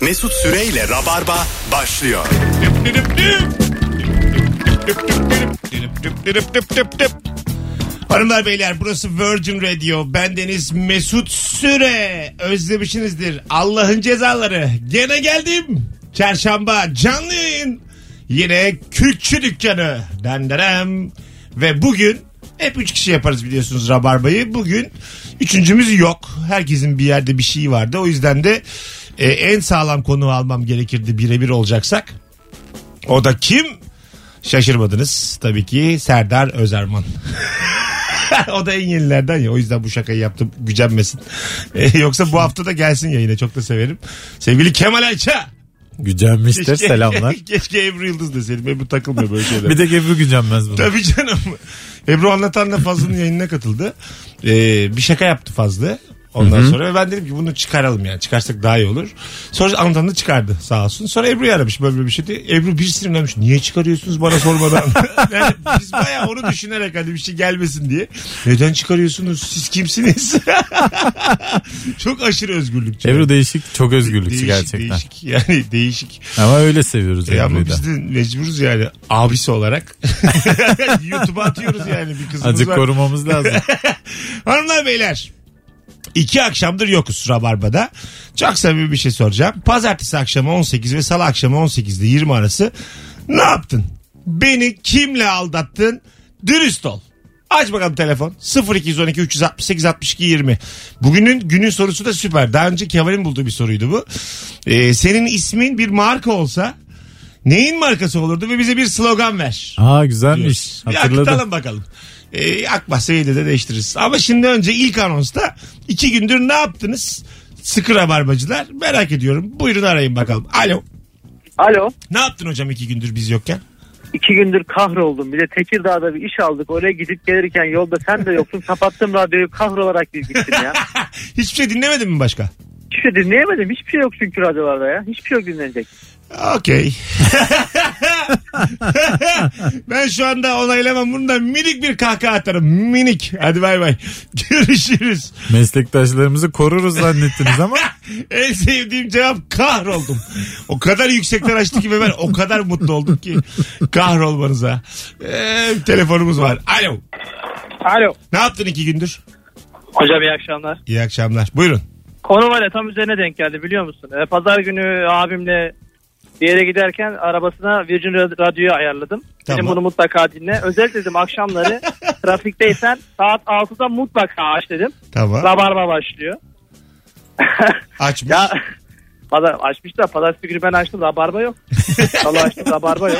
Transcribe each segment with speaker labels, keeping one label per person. Speaker 1: Mesut Süreyle Rabarba başlıyor.
Speaker 2: Hanımlar beyler burası Virgin Radio. Bendeniz Mesut Süre. Özlemişsinizdir. Allah'ın cezaları. Gene geldim. Çarşamba canlı yayın. Yine Kürtçü Dükkanı. Denderem. Ve bugün hep üç kişi yaparız biliyorsunuz Rabarba'yı. Bugün üçüncümüz yok. Herkesin bir yerde bir şeyi vardı. O yüzden de e, en sağlam konu almam gerekirdi birebir olacaksak. O da kim? Şaşırmadınız. Tabii ki Serdar Özerman. o da en yenilerden ya. O yüzden bu şakayı yaptım. Gücenmesin. E, yoksa bu hafta da gelsin yayına. Çok da severim. Sevgili Kemal Ayça.
Speaker 3: Gücenmiştir selamlar.
Speaker 2: Keşke Ebru Yıldız deseydim. Ebru takılmıyor böyle şeylere.
Speaker 3: Bir de Ebru gücenmez bunu.
Speaker 2: Tabii canım. Ebru Anlatan da Fazlı'nın yayınına katıldı. Ee, bir şaka yaptı Fazlı. Ondan sonra ben dedim ki bunu çıkaralım yani çıkarsak daha iyi olur. Sonra Anlatan da çıkardı sağ olsun. Sonra Ebru'yu aramış böyle böyle bir şey diye. Ebru bir sinirlenmiş. Niye çıkarıyorsunuz bana sormadan? yani biz bayağı onu düşünerek hani bir şey gelmesin diye. Neden çıkarıyorsunuz? Siz kimsiniz? Çok aşırı özgürlükçü.
Speaker 3: Ebru değişik, çok özgürlükçü
Speaker 2: Değişik,
Speaker 3: gerçekten.
Speaker 2: Değişik. Yani değişik.
Speaker 3: Ama öyle seviyoruz
Speaker 2: E ama
Speaker 3: Ebru'yu da.
Speaker 2: biz de mecburuz yani abisi olarak. YouTube'a atıyoruz yani bir kızımız
Speaker 3: Azıcık
Speaker 2: var.
Speaker 3: korumamız lazım.
Speaker 2: Hanımlar beyler. iki akşamdır yokuz Rabarba'da. Çok samimi bir şey soracağım. Pazartesi akşamı 18 ve salı akşamı 18'de 20 arası ne yaptın? Beni kimle aldattın? Dürüst ol. Aç bakalım telefon. 0212 368 62 20. Bugünün günün sorusu da süper. Daha önce Kemal'in bulduğu bir soruydu bu. Ee, senin ismin bir marka olsa neyin markası olurdu ve bize bir slogan ver.
Speaker 3: Aa güzelmiş.
Speaker 2: Bir
Speaker 3: Hatırladım.
Speaker 2: akıtalım bakalım. Ee, akmazsa yedi de değiştiririz. Ama şimdi önce ilk anonsta iki gündür ne yaptınız? Sıkı rabarbacılar merak ediyorum. Buyurun arayın bakalım. Alo.
Speaker 4: Alo.
Speaker 2: Ne yaptın hocam iki gündür biz yokken?
Speaker 4: İki gündür kahroldum. Bir de Tekirdağ'da bir iş aldık. Oraya gidip gelirken yolda sen de yoktun. Kapattım radyoyu kahrolarak bir gittim ya.
Speaker 2: Hiçbir şey dinlemedin mi başka?
Speaker 4: Hiçbir şey dinleyemedim. Hiçbir şey yok çünkü radyolarda ya. Hiçbir şey yok dinlenecek.
Speaker 2: Okey. ben şu anda onaylamam. Bunu da minik bir kahkaha atarım. Minik. Hadi bay bay. Görüşürüz.
Speaker 3: Meslektaşlarımızı koruruz zannettiniz ama
Speaker 2: En sevdiğim cevap kahroldum. O kadar yüksekten açtı ki ve ben o kadar mutlu oldum ki kahrolmanıza. Ee, telefonumuz var. Alo.
Speaker 5: Alo.
Speaker 2: Ne yaptın iki gündür?
Speaker 5: Hocam iyi akşamlar.
Speaker 2: İyi akşamlar. Buyurun.
Speaker 5: Konu var ya tam üzerine denk geldi biliyor musun? Ee, Pazar günü abimle bir yere giderken arabasına Virgin Ra- Radyo'yu ayarladım.
Speaker 2: Tamam.
Speaker 5: Dedim bunu mutlaka dinle. Özellikle dedim akşamları trafikteysen saat 6'da mutlaka aç dedim.
Speaker 2: Tamam.
Speaker 5: Rabarba başlıyor.
Speaker 2: Açmış.
Speaker 5: Ya pazar, açmış da pazartesi günü ben açtım rabarba yok. Salı açtım rabarba yok.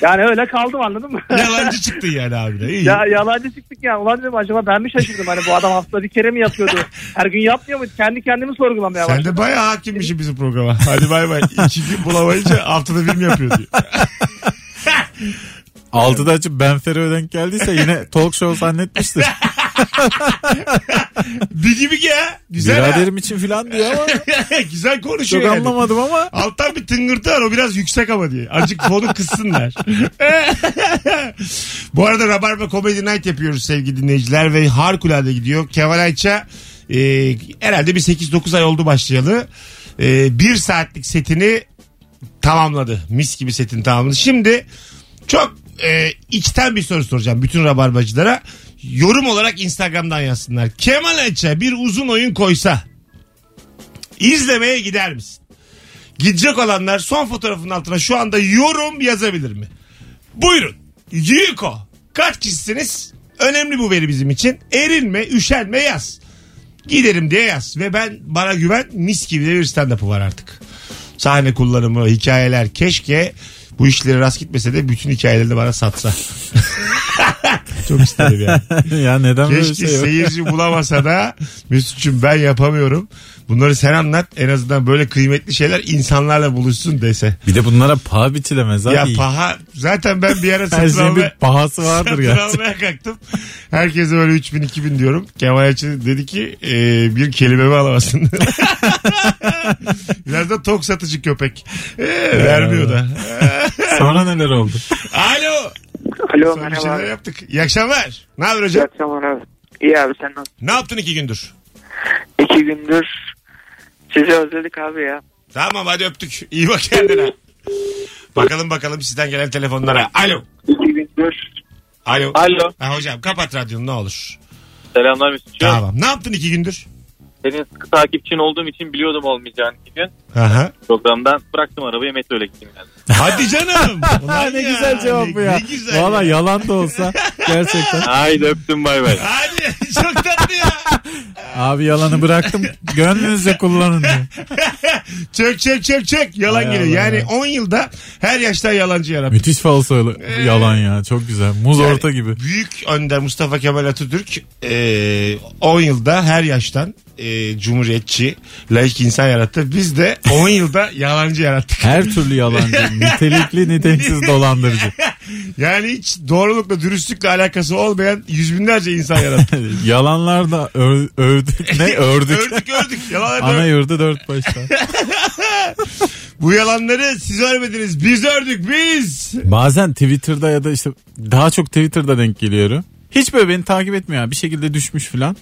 Speaker 5: yani öyle kaldım anladın mı?
Speaker 2: Yalancı çıktın yani abine. İyi.
Speaker 5: Ya yalancı çıktık ya. Ulan dedim acaba ben mi şaşırdım? Hani bu adam haftada bir kere mi yapıyordu? Her gün yapmıyor muydu? Kendi kendimi sorgulamaya
Speaker 2: Sen
Speaker 5: başladım.
Speaker 2: de bayağı hakimmişsin bizim programa. Hadi bay bay. İki gün bulamayınca haftada bir mi yapıyor diyor.
Speaker 3: 6'da açıp Ben Fero'ya denk geldiyse yine talk show zannetmiştir.
Speaker 2: Bir gibi ki ya. Güzel ha.
Speaker 3: Biraderim için filan diyor ama
Speaker 2: Güzel konuşuyor
Speaker 3: çok
Speaker 2: yani.
Speaker 3: anlamadım ama.
Speaker 2: Alttan bir tıngırtı var o biraz yüksek ama diye. Azıcık fonu kıssınlar. Bu arada Rabarba Comedy Night yapıyoruz sevgili dinleyiciler ve harikulade gidiyor. Kemal Ayça e, herhalde bir 8-9 ay oldu başlayalı. E, bir saatlik setini tamamladı. Mis gibi setini tamamladı. Şimdi çok e, içten bir soru soracağım bütün Rabarbacılara. Yorum olarak Instagram'dan yazsınlar. Kemal Ayça bir uzun oyun koysa izlemeye gider misin? Gidecek olanlar son fotoğrafın altına şu anda yorum yazabilir mi? Buyurun. Yuko. Kaç kişisiniz? Önemli bu veri bizim için. Erinme, üşenme yaz. Giderim diye yaz. Ve ben bana güven mis gibi de bir stand-up'ı var artık. Sahne kullanımı, hikayeler. Keşke bu işleri rast gitmese de bütün hikayelerini bana satsa. Çok isterim yani.
Speaker 3: ya neden böyle bir
Speaker 2: Keşke
Speaker 3: şey yok?
Speaker 2: seyirci bulamasa da Mesut'cum ben yapamıyorum. Bunları sen anlat. En azından böyle kıymetli şeyler insanlarla buluşsun dese.
Speaker 3: Bir de bunlara paha biçilemez abi.
Speaker 2: Ya paha zaten ben bir ara
Speaker 3: Her
Speaker 2: satın
Speaker 3: şeyin bir
Speaker 2: almaya,
Speaker 3: pahası vardır
Speaker 2: satın
Speaker 3: gerçekten.
Speaker 2: almaya kalktım. Herkese böyle 3000 2000 diyorum. Kemal Ayçi dedi ki e, bir kelimemi alamazsın. Biraz da tok satıcı köpek. E, vermiyor da.
Speaker 3: Sonra neler oldu?
Speaker 2: Alo.
Speaker 6: Alo
Speaker 2: Sonra bir
Speaker 6: merhaba.
Speaker 2: şeyler
Speaker 6: abi.
Speaker 2: yaptık. İyi akşamlar. Ne haber
Speaker 6: İyi
Speaker 2: hocam?
Speaker 6: akşamlar abi. İyi abi sen nasılsın?
Speaker 2: Ne yaptın iki gündür?
Speaker 6: İki gündür
Speaker 5: Sizi özledik abi ya.
Speaker 2: Tamam hadi öptük. İyi bak kendine. Bakalım bakalım sizden gelen telefonlara. Alo. Alo.
Speaker 5: Alo.
Speaker 2: Ha, hocam kapat radyonu ne olur.
Speaker 5: Selamlar Mesut'cum.
Speaker 2: Tamam. Ne yaptın iki gündür?
Speaker 5: Senin sıkı takipçin olduğum için biliyordum olmayacağını iki gün.
Speaker 2: Aha.
Speaker 5: Programdan bıraktım arabayı metroyla gittim yani.
Speaker 2: Hadi canım.
Speaker 3: Ha,
Speaker 2: Ulan
Speaker 3: ne güzel cevap bu ya.
Speaker 2: Ne güzel.
Speaker 3: Valla
Speaker 2: ya.
Speaker 3: yalan da olsa gerçekten.
Speaker 5: Haydi öptüm bay bay.
Speaker 2: Hadi çok tatlı ya.
Speaker 3: Abi yalanı bıraktım. Gönlünüzce kullanın diyor.
Speaker 2: Çök çök çök çök. Yalan
Speaker 3: Hay
Speaker 2: geliyor.
Speaker 3: Allah
Speaker 2: Yani
Speaker 3: ya.
Speaker 2: 10 yılda her yaşta yalancı yarabbim.
Speaker 3: Müthiş falsolu yalan ya. Çok güzel. Muz
Speaker 2: Yani
Speaker 3: orta gibi.
Speaker 2: Büyük önder Mustafa Kemal Atatürk e, 10 yılda her yaştan e, cumhuriyetçi, laik insan yarattı. Biz de 10 yılda yalancı yarattık.
Speaker 3: Her türlü yalancı. Nitelikli niteliksiz dolandırıcı.
Speaker 2: Yani hiç doğrulukla, dürüstlükle alakası olmayan yüz binlerce insan yarattık.
Speaker 3: Yalanlarla ör, övdük. Ne ördük?
Speaker 2: ördük ördük. Yalanlar
Speaker 3: Ana
Speaker 2: ördük.
Speaker 3: yurdu dört başta.
Speaker 2: Bu yalanları siz örmediniz. Biz ördük biz.
Speaker 3: Bazen Twitter'da ya da işte daha çok Twitter'da denk geliyorum. Hiç böyle beni takip etmiyor. abi. Bir şekilde düşmüş falan.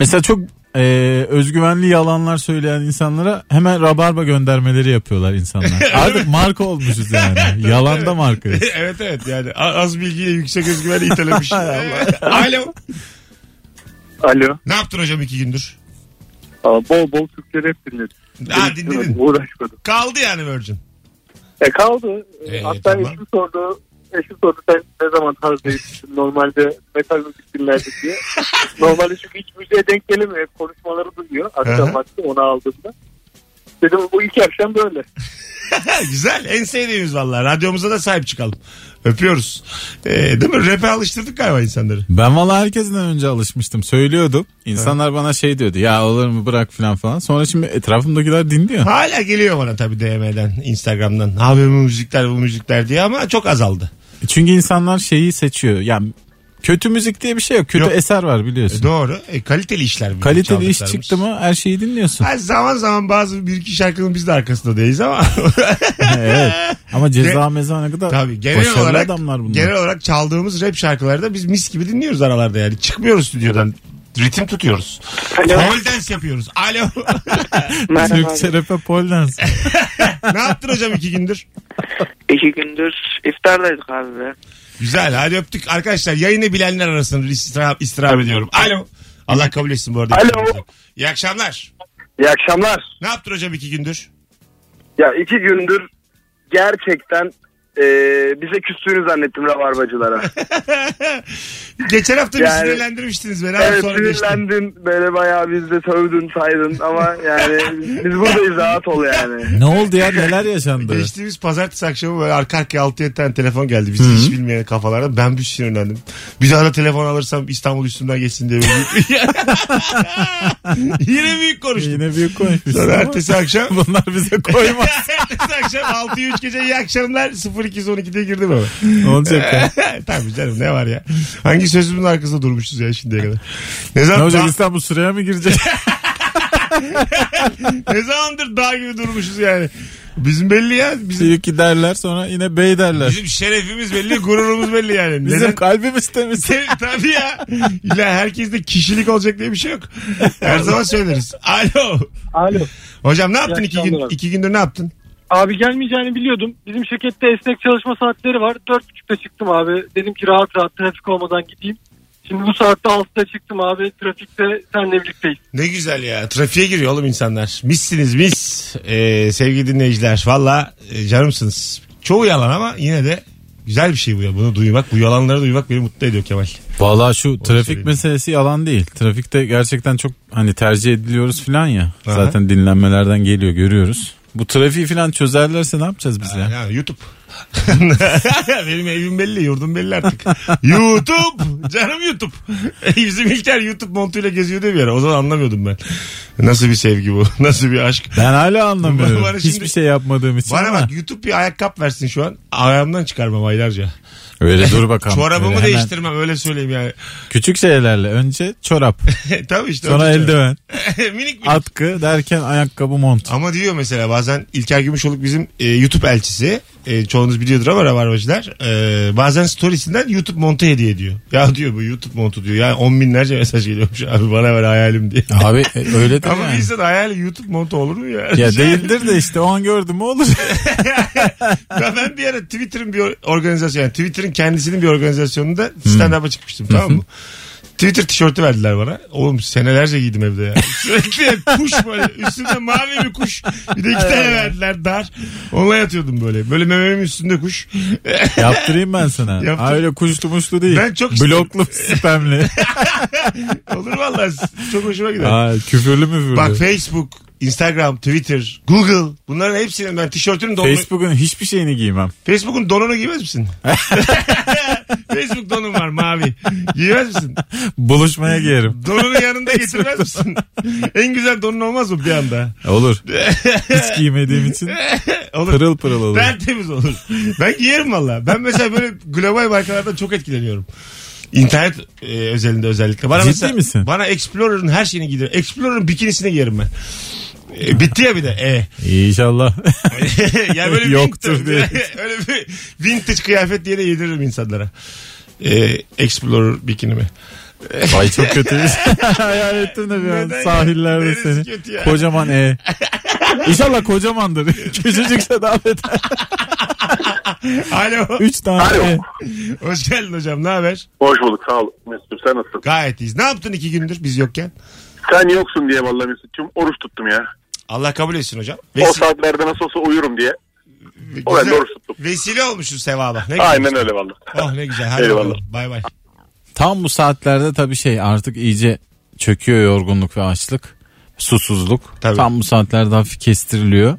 Speaker 3: Mesela çok e, özgüvenli yalanlar söyleyen insanlara hemen rabarba göndermeleri yapıyorlar insanlar. Artık marka olmuşuz yani. Yalanda marka.
Speaker 2: evet evet yani a- az bilgiye yüksek özgüveni itelemiş. Alo.
Speaker 4: Alo.
Speaker 2: Ne yaptın hocam iki gündür?
Speaker 4: Aa, bol bol Türkçe rap dinledim.
Speaker 2: Ha dinledin.
Speaker 4: Uğraşmadım.
Speaker 2: Kaldı yani Virgin.
Speaker 4: E kaldı. E,
Speaker 2: E,
Speaker 4: Hatta
Speaker 2: tamam.
Speaker 4: eşim sordu. Eşim sordu sen ne zaman tarz değiştin? Normalde metal müzik dinlerdik diye. Normalde çünkü hiç müziğe denk gelemiyor. Hep konuşmaları duyuyor.
Speaker 2: Aha.
Speaker 4: Akşam vakti ona aldığımda. Dedim bu ilk akşam böyle.
Speaker 2: Ha, güzel. En sevdiğimiz vallahi. Radyomuza da sahip çıkalım. Öpüyoruz. Ee, değil mi? Rap'e alıştırdık galiba insanları.
Speaker 3: Ben valla herkesten önce alışmıştım. Söylüyordum. İnsanlar bana şey diyordu. Ya olur mu bırak falan falan. Sonra şimdi etrafımdakiler dinliyor.
Speaker 2: Hala geliyor bana tabii DM'den, Instagram'dan. Abi bu müzikler bu müzikler diye ama çok azaldı.
Speaker 3: Çünkü insanlar şeyi seçiyor. Yani kötü müzik diye bir şey yok. Kötü
Speaker 2: Yok.
Speaker 3: eser var
Speaker 2: E,
Speaker 3: biliyorsun.
Speaker 2: doğru. E, kaliteli işler. bizim
Speaker 3: Kaliteli iş
Speaker 2: çaldıklarımız.
Speaker 3: çıktı mı her şeyi dinliyorsun.
Speaker 2: Ha, zaman zaman bazı bir iki şarkının biz de arkasında değiliz ama
Speaker 3: evet. Ama ceza
Speaker 2: Ge-
Speaker 3: meza ne kadar
Speaker 2: tabii genel
Speaker 3: başarılı
Speaker 2: olarak
Speaker 3: adamlar bunlar.
Speaker 2: genel olarak çaldığımız rap şarkıları da biz mis gibi dinliyoruz aralarda yani çıkmıyoruz stüdyodan ritim tutuyoruz. Pole dance yapıyoruz. Alo.
Speaker 3: Türkçe rap'e pole dance.
Speaker 2: ne yaptın hocam iki gündür?
Speaker 5: İki gündür iftardaydık abi be.
Speaker 2: Güzel hadi öptük. Arkadaşlar yayını bilenler arasında istirham, istirham ediyorum. Alo. Allah kabul etsin bu arada.
Speaker 4: Alo.
Speaker 2: İyi akşamlar.
Speaker 4: İyi akşamlar.
Speaker 2: Ne yaptın hocam iki gündür?
Speaker 4: Ya iki gündür gerçekten e, bize küstüğünü zannettim rabarbacılara.
Speaker 2: Geçen hafta
Speaker 4: Yani-
Speaker 2: bir sinirlendirmiştiniz beni.
Speaker 4: Evet
Speaker 2: Evet, sonra geçti.
Speaker 4: sinirlendin böyle bayağı biz de sövdün saydın ama yani biz buradayız rahat ol yani.
Speaker 3: ne oldu ya neler yaşandı?
Speaker 2: Geçtiğimiz pazartesi akşamı böyle arka arkaya 6-7 tane telefon geldi. Bizi hiç bilmeyen kafalardan ben bir sinirlendim. Bir daha da telefon alırsam İstanbul üstümden geçsin diye. böyle- Yine büyük konuştum.
Speaker 3: Yine büyük konuşmuşsun
Speaker 2: Sonra
Speaker 3: ama
Speaker 2: ertesi akşam
Speaker 3: bunlar bize koymaz.
Speaker 2: Ertesi akşam 6'yı 3 gece iyi akşamlar 0212'de girdim ama.
Speaker 3: ne olacak
Speaker 2: Ee,
Speaker 3: ya?
Speaker 2: Tabii canım ne var ya. Hangi sözümün arkasında durmuşuz ya şimdiye kadar. Ne,
Speaker 3: Ne
Speaker 2: zaman,
Speaker 3: olacak İstanbul sıraya mı girecek?
Speaker 2: dağ- ne zamandır dağ gibi durmuşuz yani. Bizim belli ya. Bizim,
Speaker 3: Büyük derler sonra yine bey derler.
Speaker 2: bizim şerefimiz belli, gururumuz belli yani.
Speaker 3: Bizim
Speaker 2: Neden?
Speaker 3: kalbimiz temiz.
Speaker 2: Te- Tabii ya. İlla herkeste kişilik olacak diye bir şey yok. Her zaman söyleriz. Alo.
Speaker 6: Alo.
Speaker 2: Hocam ne yaptın
Speaker 6: İyi
Speaker 2: iki,
Speaker 6: akşamlar
Speaker 2: gün,
Speaker 6: abi.
Speaker 2: iki gündür ne yaptın?
Speaker 6: Abi gelmeyeceğini biliyordum. Bizim şirkette esnek çalışma saatleri var. Dört buçukta çıktım abi. Dedim ki rahat rahat trafik olmadan gideyim. Şimdi bu saatte altıda çıktım abi. Trafikte senle birlikteyiz.
Speaker 2: Ne güzel ya. Trafiğe giriyor oğlum insanlar. Missiniz mis. Ee, sevgili dinleyiciler. Valla e, canımsınız. Çoğu yalan ama yine de güzel bir şey bu ya. Bunu duymak, bu yalanları duymak beni mutlu ediyor Kemal.
Speaker 3: Valla şu
Speaker 2: söyleyeyim.
Speaker 3: trafik meselesi yalan değil. Trafikte gerçekten çok hani tercih ediliyoruz falan ya.
Speaker 2: Aha.
Speaker 3: Zaten dinlenmelerden geliyor görüyoruz. Bu trafiği falan çözerlerse ne yapacağız biz ya?
Speaker 2: Ya YouTube. Benim evim belli, yurdum belli artık. YouTube. Canım YouTube. Bizim İlker YouTube montuyla geziyor diye bir ara. O zaman anlamıyordum ben. Nasıl bir sevgi bu? Nasıl bir aşk?
Speaker 3: Ben hala anlamıyorum.
Speaker 2: Bana şimdi-
Speaker 3: Hiçbir şey yapmadığım için
Speaker 2: Bana
Speaker 3: ama.
Speaker 2: bak YouTube bir ayakkabı versin şu an. Ayağımdan çıkarmam aylarca.
Speaker 3: Öyle dur bakalım. Öyle
Speaker 2: Çorabımı
Speaker 3: hemen
Speaker 2: değiştirmem öyle söyleyeyim yani.
Speaker 3: Küçük şeylerle önce çorap
Speaker 2: Tabii işte.
Speaker 3: sonra
Speaker 2: önce-
Speaker 3: eldiven
Speaker 2: minik minik.
Speaker 3: atkı derken ayakkabı mont.
Speaker 2: Ama diyor mesela bazen İlker Gümüşoluk bizim e, YouTube elçisi. e, çoğunuz biliyordur ama rabarbacılar e, bazen storiesinden YouTube montu hediye ediyor. Ya diyor bu YouTube montu diyor. Ya on binlerce mesaj geliyormuş abi bana ver hayalim diye.
Speaker 3: Abi e, öyle de
Speaker 2: Ama bir
Speaker 3: yani.
Speaker 2: insan hayali YouTube montu olur mu ya? Şey
Speaker 3: Ya değildir de işte o an gördüm olur.
Speaker 2: Ya ben bir ara Twitter'ın bir organizasyon yani Twitter'ın kendisinin bir organizasyonunda stand-up'a çıkmıştım tamam mı? Twitter tişörtü verdiler bana. Oğlum senelerce giydim evde ya. Sürekli kuş böyle. Üstünde mavi bir kuş. Bir de iki tane verdiler dar. Onunla yatıyordum böyle. Böyle mememin üstünde kuş.
Speaker 3: Yaptırayım ben sana.
Speaker 2: Yaptır.
Speaker 3: Ha, Öyle kuşlu muşlu değil.
Speaker 2: Ben çok isterim.
Speaker 3: Bloklu spamli.
Speaker 2: Olur vallahi Çok hoşuma gider.
Speaker 3: Aa, küfürlü müfürlü.
Speaker 2: Bak Facebook, Instagram, Twitter, Google. Bunların hepsinin ben tişörtünün donunu...
Speaker 3: Facebook'un hiçbir şeyini giymem.
Speaker 2: Facebook'un donunu giymez misin? Facebook donun var mavi. Giymez misin? Hmm.
Speaker 3: Buluşmaya giyerim.
Speaker 2: Donunu yanında getirmez misin? en güzel donun olmaz mı bir anda?
Speaker 3: Olur. Hiç giymediğim için
Speaker 2: Olur.
Speaker 3: pırıl pırıl olur.
Speaker 2: Tertemiz olur. Ben giyerim valla. Ben mesela böyle global markalardan çok etkileniyorum. İnternet e, özelinde özellikle. Bana
Speaker 3: Ciddi
Speaker 2: mesela-
Speaker 3: misin?
Speaker 2: Bana Explorer'ın her şeyini giydiriyor. Explorer'ın bikinisini giyerim ben. E, bitti ya bir de. E.
Speaker 3: İnşallah.
Speaker 2: ya böyle
Speaker 3: Yoktur
Speaker 2: vintage-
Speaker 3: diye.
Speaker 2: öyle bir vintage kıyafet diye de yediririm insanlara. E, Explorer bikinimi.
Speaker 3: Ay çok kötü. Hayal ettim de bir an
Speaker 2: Neden ya?
Speaker 3: sahillerde
Speaker 2: Neresi
Speaker 3: seni.
Speaker 2: kötü ya?
Speaker 3: Kocaman e. İnşallah kocamandır. Küçücükse daha beter.
Speaker 2: Alo.
Speaker 3: Üç tane E.
Speaker 2: Hoş geldin hocam. Ne haber?
Speaker 7: Hoş bulduk sağ ol Mesut'um sen nasılsın?
Speaker 2: Gayet iyiyiz. Ne yaptın iki gündür biz yokken?
Speaker 7: Sen yoksun diye vallahi Mesut'cum oruç tuttum ya.
Speaker 2: Allah kabul etsin hocam.
Speaker 7: O
Speaker 2: Vesile,
Speaker 7: saatlerde nasıl olsa uyurum diye. o
Speaker 2: güzel-
Speaker 7: ben doğru tuttum.
Speaker 2: vesile olmuşsun sevaba. Ne güzel.
Speaker 7: Aynen öyle vallahi.
Speaker 2: Oh ne güzel. Hadi
Speaker 7: Eyvallah.
Speaker 2: bakalım. Bay bay.
Speaker 3: Tam bu saatlerde tabii şey artık iyice çöküyor yorgunluk ve açlık. Susuzluk.
Speaker 2: Tabii.
Speaker 3: Tam bu saatlerde hafif kestiriliyor.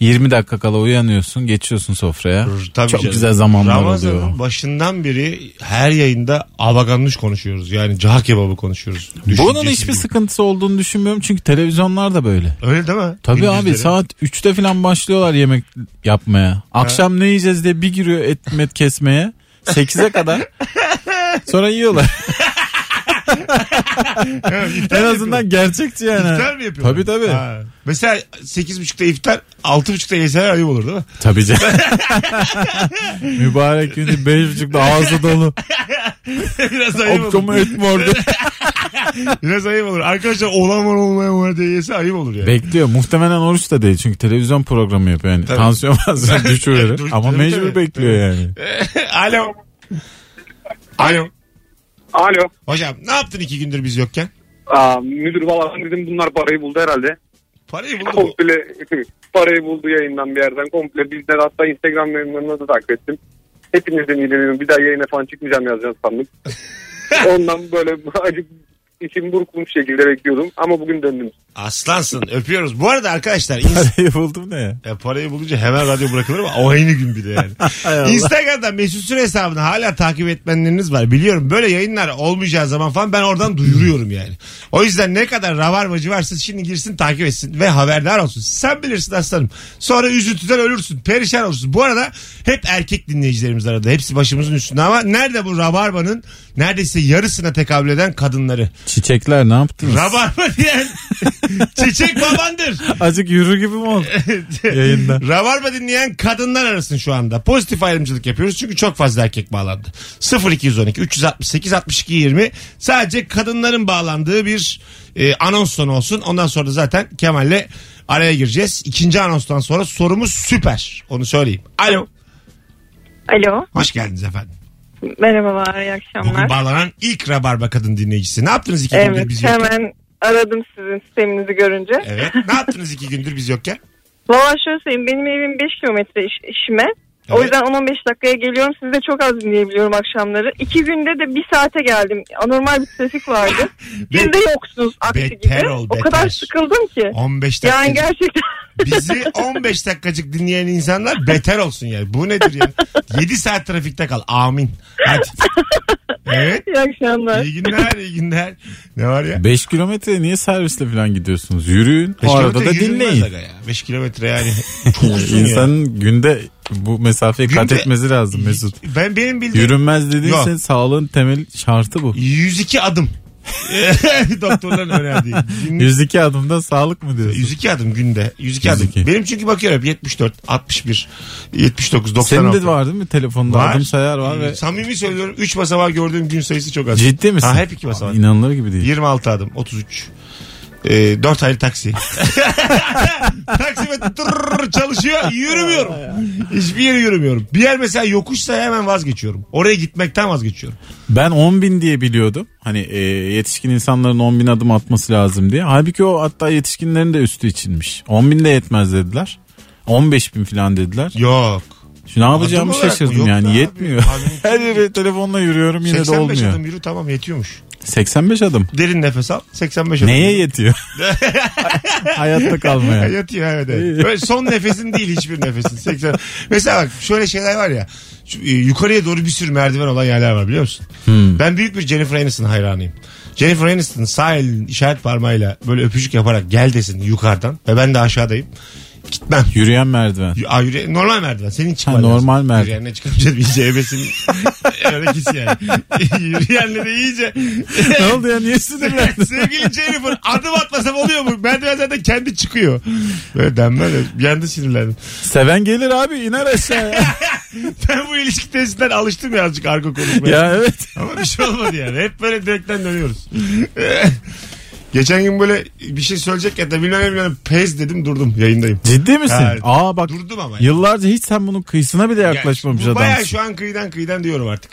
Speaker 3: 20 dakika kala uyanıyorsun, geçiyorsun sofraya.
Speaker 2: Tabii
Speaker 3: Çok
Speaker 2: canım.
Speaker 3: güzel zamanlar
Speaker 2: Ramazan'ın
Speaker 3: oluyor.
Speaker 2: başından beri her yayında avaganmış konuşuyoruz. Yani cağ kebabı konuşuyoruz.
Speaker 3: Bunun
Speaker 2: Düşüncesiz
Speaker 3: hiçbir
Speaker 2: gibi.
Speaker 3: sıkıntısı olduğunu düşünmüyorum çünkü televizyonlar da böyle.
Speaker 2: Öyle değil mi?
Speaker 3: Tabii
Speaker 2: Gündüzleri.
Speaker 3: abi saat 3'te falan başlıyorlar yemek yapmaya. Akşam ne yiyeceğiz diye bir giriyor et met kesmeye. 8'e kadar. Sonra yiyorlar.
Speaker 2: Evet, iftar
Speaker 3: en
Speaker 2: mı
Speaker 3: azından gerçekçi yani.
Speaker 2: yapıyorlar? İftar mı yapıyorlar?
Speaker 3: Tabii tabii.
Speaker 2: Ha. Mesela 8.30'da iftar, 6.30'da yeseler ayıp olur değil mi?
Speaker 3: Tabii canım. Mübarek günü beş buçukta ağzı dolu.
Speaker 2: Biraz ayıp olur.
Speaker 3: Okçamı et mordu.
Speaker 2: Biraz ayıp olur. Arkadaşlar olan var olmayan var diye yese ayıp olur yani.
Speaker 3: Bekliyor. Muhtemelen oruç da değil çünkü televizyon programı yapıyor yani.
Speaker 2: Tabii.
Speaker 3: Tansiyon bazen düşürür.
Speaker 2: Dur-
Speaker 3: Ama
Speaker 2: tabii,
Speaker 3: mecbur
Speaker 2: tabii.
Speaker 3: bekliyor yani.
Speaker 2: Alo. Alo.
Speaker 4: Alo.
Speaker 2: Hocam ne yaptın iki gündür biz yokken?
Speaker 4: Aa, müdür valla dedim bunlar parayı buldu herhalde.
Speaker 2: Parayı buldum.
Speaker 4: Komple parayı buldu yayından bir yerden. Komple bizden hatta Instagram yayınlarına da takip ettim. Hepinizden ilgileniyorum. Bir daha yayına falan çıkmayacağım yazacağım sandım. Ondan böyle acık içim burkulmuş şekilde bekliyordum. Ama bugün döndüm.
Speaker 2: Aslansın öpüyoruz. Bu arada arkadaşlar ins-
Speaker 3: Parayı buldum ne ya?
Speaker 2: Ya E, parayı bulunca hemen radyo bırakılır ama o aynı gün bir de yani.
Speaker 3: Allah.
Speaker 2: Instagram'da Mesut Süre hesabını hala takip etmenleriniz var. Biliyorum böyle yayınlar olmayacağı zaman falan ben oradan duyuruyorum yani. O yüzden ne kadar ravarbacı varsa şimdi girsin takip etsin ve haberdar olsun. Sen bilirsin aslanım. Sonra üzüntüden ölürsün. Perişan olursun. Bu arada hep erkek dinleyicilerimiz arada. Hepsi başımızın üstünde ama nerede bu rabarbanın neredeyse yarısına tekabül eden kadınları?
Speaker 3: Çiçekler ne yaptınız?
Speaker 2: Rabarba diyen çiçek babandır.
Speaker 3: Azıcık yürü gibi mi oldu? Yayında.
Speaker 2: Rabarba dinleyen kadınlar arasın şu anda. Pozitif ayrımcılık yapıyoruz çünkü çok fazla erkek bağlandı. 0212 368 62 20 sadece kadınların bağlandığı bir e, anons sonu olsun. Ondan sonra da zaten Kemal'le araya gireceğiz. İkinci anonstan sonra sorumuz süper. Onu söyleyeyim. Alo.
Speaker 8: Alo.
Speaker 2: Hoş geldiniz efendim.
Speaker 8: Merhabalar, iyi
Speaker 2: Bugün
Speaker 8: akşamlar.
Speaker 2: bağlanan ilk Rabarba kadın dinleyicisi. Ne yaptınız iki gündür
Speaker 8: Evet,
Speaker 2: biz yokken?
Speaker 8: hemen aradım sizin sisteminizi görünce.
Speaker 2: Evet. Ne yaptınız iki gündür biz yokken?
Speaker 8: Valla şöyle söyleyeyim, benim evim 5 kilometre iş- işime. O
Speaker 2: Evet.
Speaker 8: yüzden 10-15 dakikaya geliyorum. Sizi de çok az dinleyebiliyorum akşamları. İki günde de bir saate geldim. Anormal bir trafik vardı. Siz de yoksunuz aksi
Speaker 2: Beter
Speaker 8: gibi.
Speaker 2: ol,
Speaker 8: o
Speaker 2: beter.
Speaker 8: kadar sıkıldım ki.
Speaker 2: 15 dakika.
Speaker 8: Yani gerçekten
Speaker 2: Bizi 15 dakikacık dinleyen insanlar beter olsun yani. Bu nedir ya? 7 saat trafikte kal. Amin. Hadi. Evet.
Speaker 8: iyi akşamlar.
Speaker 2: İyi günler, iyi günler. Ne var ya?
Speaker 3: 5 kilometre niye servisle falan gidiyorsunuz? Yürüyün. O arada da dinleyin.
Speaker 2: 5 kilometre yani. Çok uzun ya.
Speaker 3: İnsanın günde bu mesafeyi kat
Speaker 2: Günde-
Speaker 3: etmesi lazım Mesut.
Speaker 2: Ben benim bildiğim
Speaker 3: Yürünmez
Speaker 2: Yok.
Speaker 3: dediysen sağlığın temel şartı bu.
Speaker 2: 102 adım. Doktorların önerdiği. Günlük-
Speaker 3: 102 adımda sağlık mı diyorsun?
Speaker 2: 102 adım günde. 102, adım.
Speaker 3: 102.
Speaker 2: Benim çünkü bakıyorum hep 74, 61, 79, 90.
Speaker 3: Senin de var değil mi telefonda
Speaker 2: Var.
Speaker 3: adım sayar var ve
Speaker 2: Samimi söylüyorum 3 basamağı gördüğüm gün sayısı çok az.
Speaker 3: ciddi misin?
Speaker 2: Ha, hep 2 basamak.
Speaker 3: İnanılır gibi değil.
Speaker 2: 26 adım 33. E, 4 aylık taksi. Taksimetre tırrrr çalışıyor. Yürümüyorum. Hiçbir yere yürümüyorum. Bir yer mesela yokuşsa hemen vazgeçiyorum. Oraya gitmekten vazgeçiyorum.
Speaker 3: Ben 10 bin diye biliyordum. Hani e, yetişkin insanların 10 bin adım atması lazım diye. Halbuki o hatta yetişkinlerin de üstü içinmiş. 10 bin de yetmez dediler. 15 bin falan dediler.
Speaker 2: Yok.
Speaker 3: Şimdi ne yapacağımı
Speaker 2: olarak mı? Yok
Speaker 3: şaşırdım
Speaker 2: be
Speaker 3: yani
Speaker 2: abi.
Speaker 3: yetmiyor.
Speaker 2: Abi-
Speaker 3: Her yere telefonla yürüyorum yine de
Speaker 2: 85
Speaker 3: olmuyor.
Speaker 2: adım yürü tamam yetiyormuş.
Speaker 3: 85 adım.
Speaker 2: Derin nefes al. 85 adım.
Speaker 3: Neye
Speaker 2: yürü.
Speaker 3: yetiyor? Hayatta kalmaya.
Speaker 2: Yatıyor evet evet. Böyle son nefesin değil hiçbir nefesin. 80. Mesela bak şöyle şeyler var ya. Şu, e, yukarıya doğru bir sürü merdiven olan yerler var biliyor musun?
Speaker 3: Hmm.
Speaker 2: Ben büyük bir Jennifer Aniston hayranıyım. Jennifer Aniston sağ elinin işaret parmağıyla böyle öpücük yaparak gel desin yukarıdan ve ben de aşağıdayım. Gitmem.
Speaker 3: Yürüyen merdiven.
Speaker 2: Y- Aa, yürü- normal merdiven. Senin çıkman
Speaker 3: Ha,
Speaker 2: lazım.
Speaker 3: normal merdiven.
Speaker 2: Yürüyenle çıkamayacağız. İyice ebesin. Örekisi yani. Yürüyenle de iyice.
Speaker 3: ne oldu ya niye sinirlendin?
Speaker 2: Sevgili Jennifer adım atmasam oluyor mu? Merdiven zaten kendi çıkıyor. Böyle denmez. Bir anda sinirlendim.
Speaker 3: Seven gelir abi iner aşağıya.
Speaker 2: Ben bu ilişki testinden alıştım ya azıcık arka konuşmaya.
Speaker 3: ya evet.
Speaker 2: Ama bir şey olmadı yani. Hep böyle direkten dönüyoruz. Geçen gün böyle bir şey söyleyecek ya da bilmem ne bilmem ne. pez dedim durdum yayındayım.
Speaker 3: Ciddi misin?
Speaker 2: Ha,
Speaker 3: Aa bak
Speaker 2: Durdum ama.
Speaker 3: yıllarca hiç sen bunun kıyısına bile yaklaşmamış
Speaker 2: Ya, bu Bayağı
Speaker 3: adamsın.
Speaker 2: şu an kıyıdan kıyıdan diyorum artık.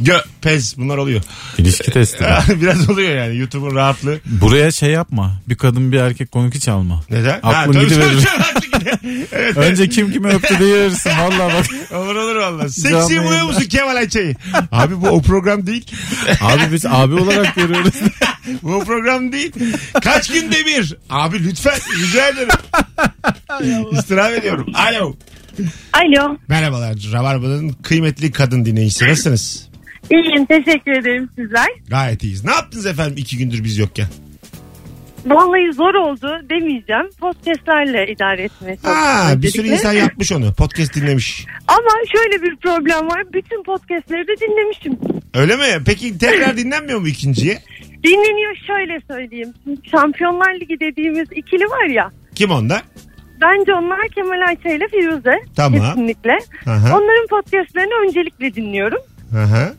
Speaker 2: Gö, pez bunlar oluyor.
Speaker 3: İlişki testi.
Speaker 2: Biraz oluyor yani YouTube'un rahatlığı.
Speaker 3: Buraya şey yapma. Bir kadın bir erkek konuk hiç alma.
Speaker 2: Neden?
Speaker 3: Aklın
Speaker 2: tabii,
Speaker 3: gidiverir.
Speaker 2: tabii, tabii, tabii. evet.
Speaker 3: Önce kim kimi öptü diyorsun. Valla bak.
Speaker 2: Olur olur valla.
Speaker 3: Canlı
Speaker 2: Seksi buluyor
Speaker 3: yayında.
Speaker 2: musun Kemal Ayça'yı? Abi bu o program değil.
Speaker 3: Abi biz abi olarak görüyoruz.
Speaker 2: Bu o program değil. Kaç günde bir? Abi lütfen rica ederim. İstirham ediyorum. Alo.
Speaker 9: Alo.
Speaker 2: Merhabalar. Rabarba'nın kıymetli kadın dinleyicisi. Nasılsınız?
Speaker 9: İyiyim teşekkür ederim sizler.
Speaker 2: Gayet iyiyiz. Ne yaptınız efendim iki gündür biz yokken?
Speaker 9: Vallahi zor oldu demeyeceğim. Podcastlerle idare etmeye çalıştım.
Speaker 2: Ha, bir sürü
Speaker 9: öncelikle.
Speaker 2: insan yapmış onu. Podcast dinlemiş.
Speaker 9: Ama şöyle bir problem var. Bütün podcastleri de dinlemişim.
Speaker 2: Öyle mi? Peki tekrar dinlenmiyor mu ikinciye?
Speaker 9: Dinleniyor şöyle söyleyeyim. Şimdi Şampiyonlar Ligi dediğimiz ikili var ya.
Speaker 2: Kim onda?
Speaker 9: Bence onlar Kemal Ayça ile Firuze.
Speaker 2: Tamam.
Speaker 9: Kesinlikle.
Speaker 2: Aha.
Speaker 9: Onların podcastlerini öncelikle dinliyorum.
Speaker 2: Aha.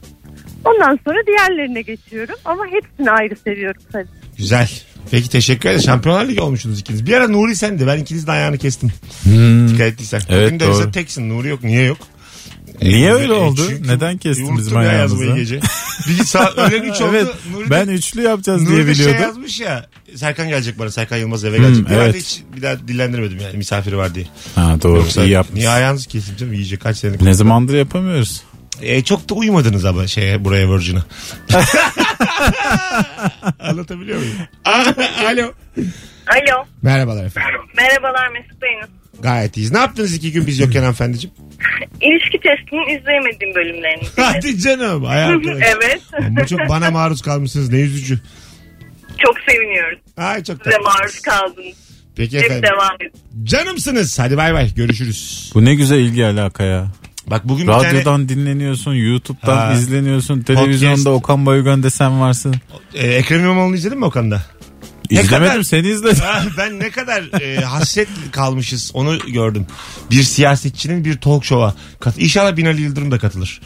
Speaker 9: Ondan sonra diğerlerine geçiyorum. Ama hepsini ayrı seviyorum tabii.
Speaker 2: Güzel. Peki teşekkür ederim. Şampiyonlar Ligi olmuşsunuz ikiniz. Bir ara Nuri sen de ben ikinizin ayağını kestim.
Speaker 3: Hmm.
Speaker 2: Dikkat ettiysen.
Speaker 3: Evet,
Speaker 2: Bugün de mesela
Speaker 3: doğru.
Speaker 2: teksin Nuri yok. Niye yok?
Speaker 3: Niye
Speaker 2: E,
Speaker 3: öyle
Speaker 2: e,
Speaker 3: oldu?
Speaker 2: çünkü
Speaker 3: Neden kestin
Speaker 2: unuttum
Speaker 3: bizim
Speaker 2: ya
Speaker 3: ayağımızı?
Speaker 2: yazmayı gece. Bir saat öğlen 3 oldu.
Speaker 3: Evet.
Speaker 2: Nuri
Speaker 3: Ben
Speaker 2: de,
Speaker 3: üçlü yapacağız
Speaker 2: Nuri
Speaker 3: diye
Speaker 2: de şey
Speaker 3: biliyordum.
Speaker 2: yazmış ya. Serkan gelecek bana. Serkan Yılmaz eve gelecek.
Speaker 3: Hmm,
Speaker 2: bir, evet.
Speaker 3: evet.
Speaker 2: hiç, bir daha dillendirmedim yani misafiri var diye.
Speaker 3: Ha doğru.
Speaker 2: Yoksa
Speaker 3: iyi yapmış.
Speaker 2: Niye ayağınızı kesin canım yiyecek kaç senelik.
Speaker 3: Ne zamandır yapamıyoruz.
Speaker 2: E, çok da uyumadınız ama şeye buraya Virgin'a. Anlatabiliyor muyum? Alo.
Speaker 8: Alo.
Speaker 2: Merhabalar efendim.
Speaker 8: Merhabalar Mesut Bey'iniz.
Speaker 2: Gayet iyiyiz. Ne yaptınız iki gün biz yokken hanımefendiciğim?
Speaker 8: İlişki testinin izleyemediğim bölümlerini.
Speaker 2: Hadi canım. Hayatım.
Speaker 8: evet.
Speaker 2: Ama çok bana maruz kalmışsınız. Ne üzücü.
Speaker 8: Çok seviniyoruz.
Speaker 2: Ay çok
Speaker 8: Size
Speaker 2: tatlı.
Speaker 8: maruz kaldınız.
Speaker 2: Peki
Speaker 8: Hep
Speaker 2: efendim.
Speaker 8: devam edin.
Speaker 2: Canımsınız. Hadi bay bay. Görüşürüz.
Speaker 3: Bu ne güzel ilgi alaka ya.
Speaker 2: Bak bugün bir tane
Speaker 3: Radyodan dinleniyorsun, YouTube'dan
Speaker 2: Ha.
Speaker 3: izleniyorsun, televizyonda
Speaker 2: Podcast.
Speaker 3: Okan Bayülgen'de sen varsın.
Speaker 2: e, Ekrem İmamoğlu'nu izledin mi Okan'da? Ne
Speaker 3: İzlemedim
Speaker 2: kadar-
Speaker 3: seni izledim.
Speaker 2: Ha, ben ne kadar e, hasret kalmışız onu gördüm. Bir siyasetçinin bir talk show'a. Kat İnşallah Binali Yıldırım da katılır.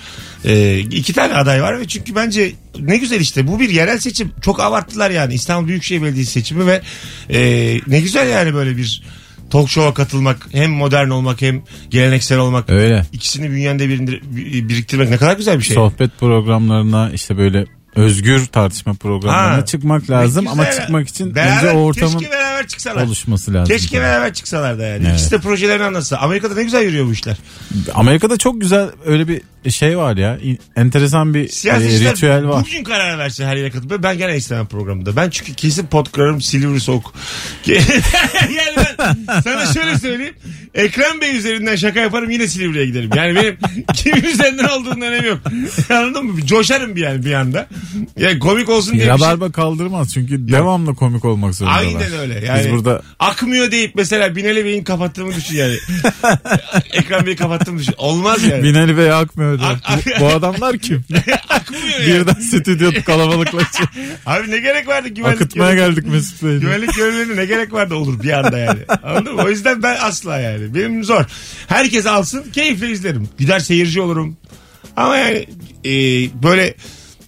Speaker 2: E, iki tane aday var ve çünkü bence ne güzel işte bu bir yerel seçim. Çok abarttılar yani İstanbul Büyükşehir Belediyesi seçimi ve e, ne güzel yani böyle bir talk show'a katılmak hem modern olmak hem geleneksel olmak.
Speaker 3: Öyle.
Speaker 2: İkisini bünyende birindir- bir- biriktirmek ne kadar güzel bir şey.
Speaker 3: Sohbet programlarına işte böyle özgür tartışma programlarına
Speaker 2: Ha.
Speaker 3: çıkmak lazım
Speaker 2: Ne
Speaker 3: ama
Speaker 2: güzel.
Speaker 3: çıkmak için
Speaker 2: Beraber-
Speaker 3: önce o ortamın
Speaker 2: Keşke beraber çıksalar.
Speaker 3: oluşması lazım.
Speaker 2: Keşke beraber çıksalar da yani.
Speaker 3: Evet.
Speaker 2: İkisi de projelerini anlatsa. Amerika'da ne güzel yürüyor bu işler.
Speaker 3: Amerika'da çok güzel öyle bir şey var ya. İ- Enteresan bir e,
Speaker 2: Siyasetçiler
Speaker 3: ritüel var.
Speaker 2: bugün karar verse her yere katılıyor. Ben gene istemem programda. Ben çünkü kesin pot kırarım Silivri soğuk. yani ben sana şöyle söyleyeyim. Ekrem Bey üzerinden şaka yaparım yine Silivri'ye giderim. Yani benim kimin üzerinden olduğunun önemi yok. Anladın mı? Coşarım bir yani bir anda. Yani komik olsun diye bir şey.
Speaker 3: Rabarba kaldırmaz çünkü devamlı komik olmak zorundalar.
Speaker 2: Aynen öyle. Yani
Speaker 3: Biz burada
Speaker 2: akmıyor deyip mesela Binali Bey'in kapattığımı düşün yani. Ekrem Bey'i kapattığımı düşün. Olmaz yani.
Speaker 3: Binali Bey akmıyor. diyor.
Speaker 2: Ak-
Speaker 3: bu, bu adamlar kim?
Speaker 2: Akmıyor yani.
Speaker 3: Birden stüdyo kalabalıklaşıyor.
Speaker 2: Abi ne gerek vardı güvenlik
Speaker 3: Akıtmaya
Speaker 2: görevlisine?
Speaker 3: geldik Mesut Bey'le.
Speaker 2: Güvenlik görevlerine ne gerek var da olur bir anda yani. Anladın mı? O yüzden ben asla yani. Benim zor. Herkes alsın keyifle izlerim. Gider seyirci olurum. Ama yani e, böyle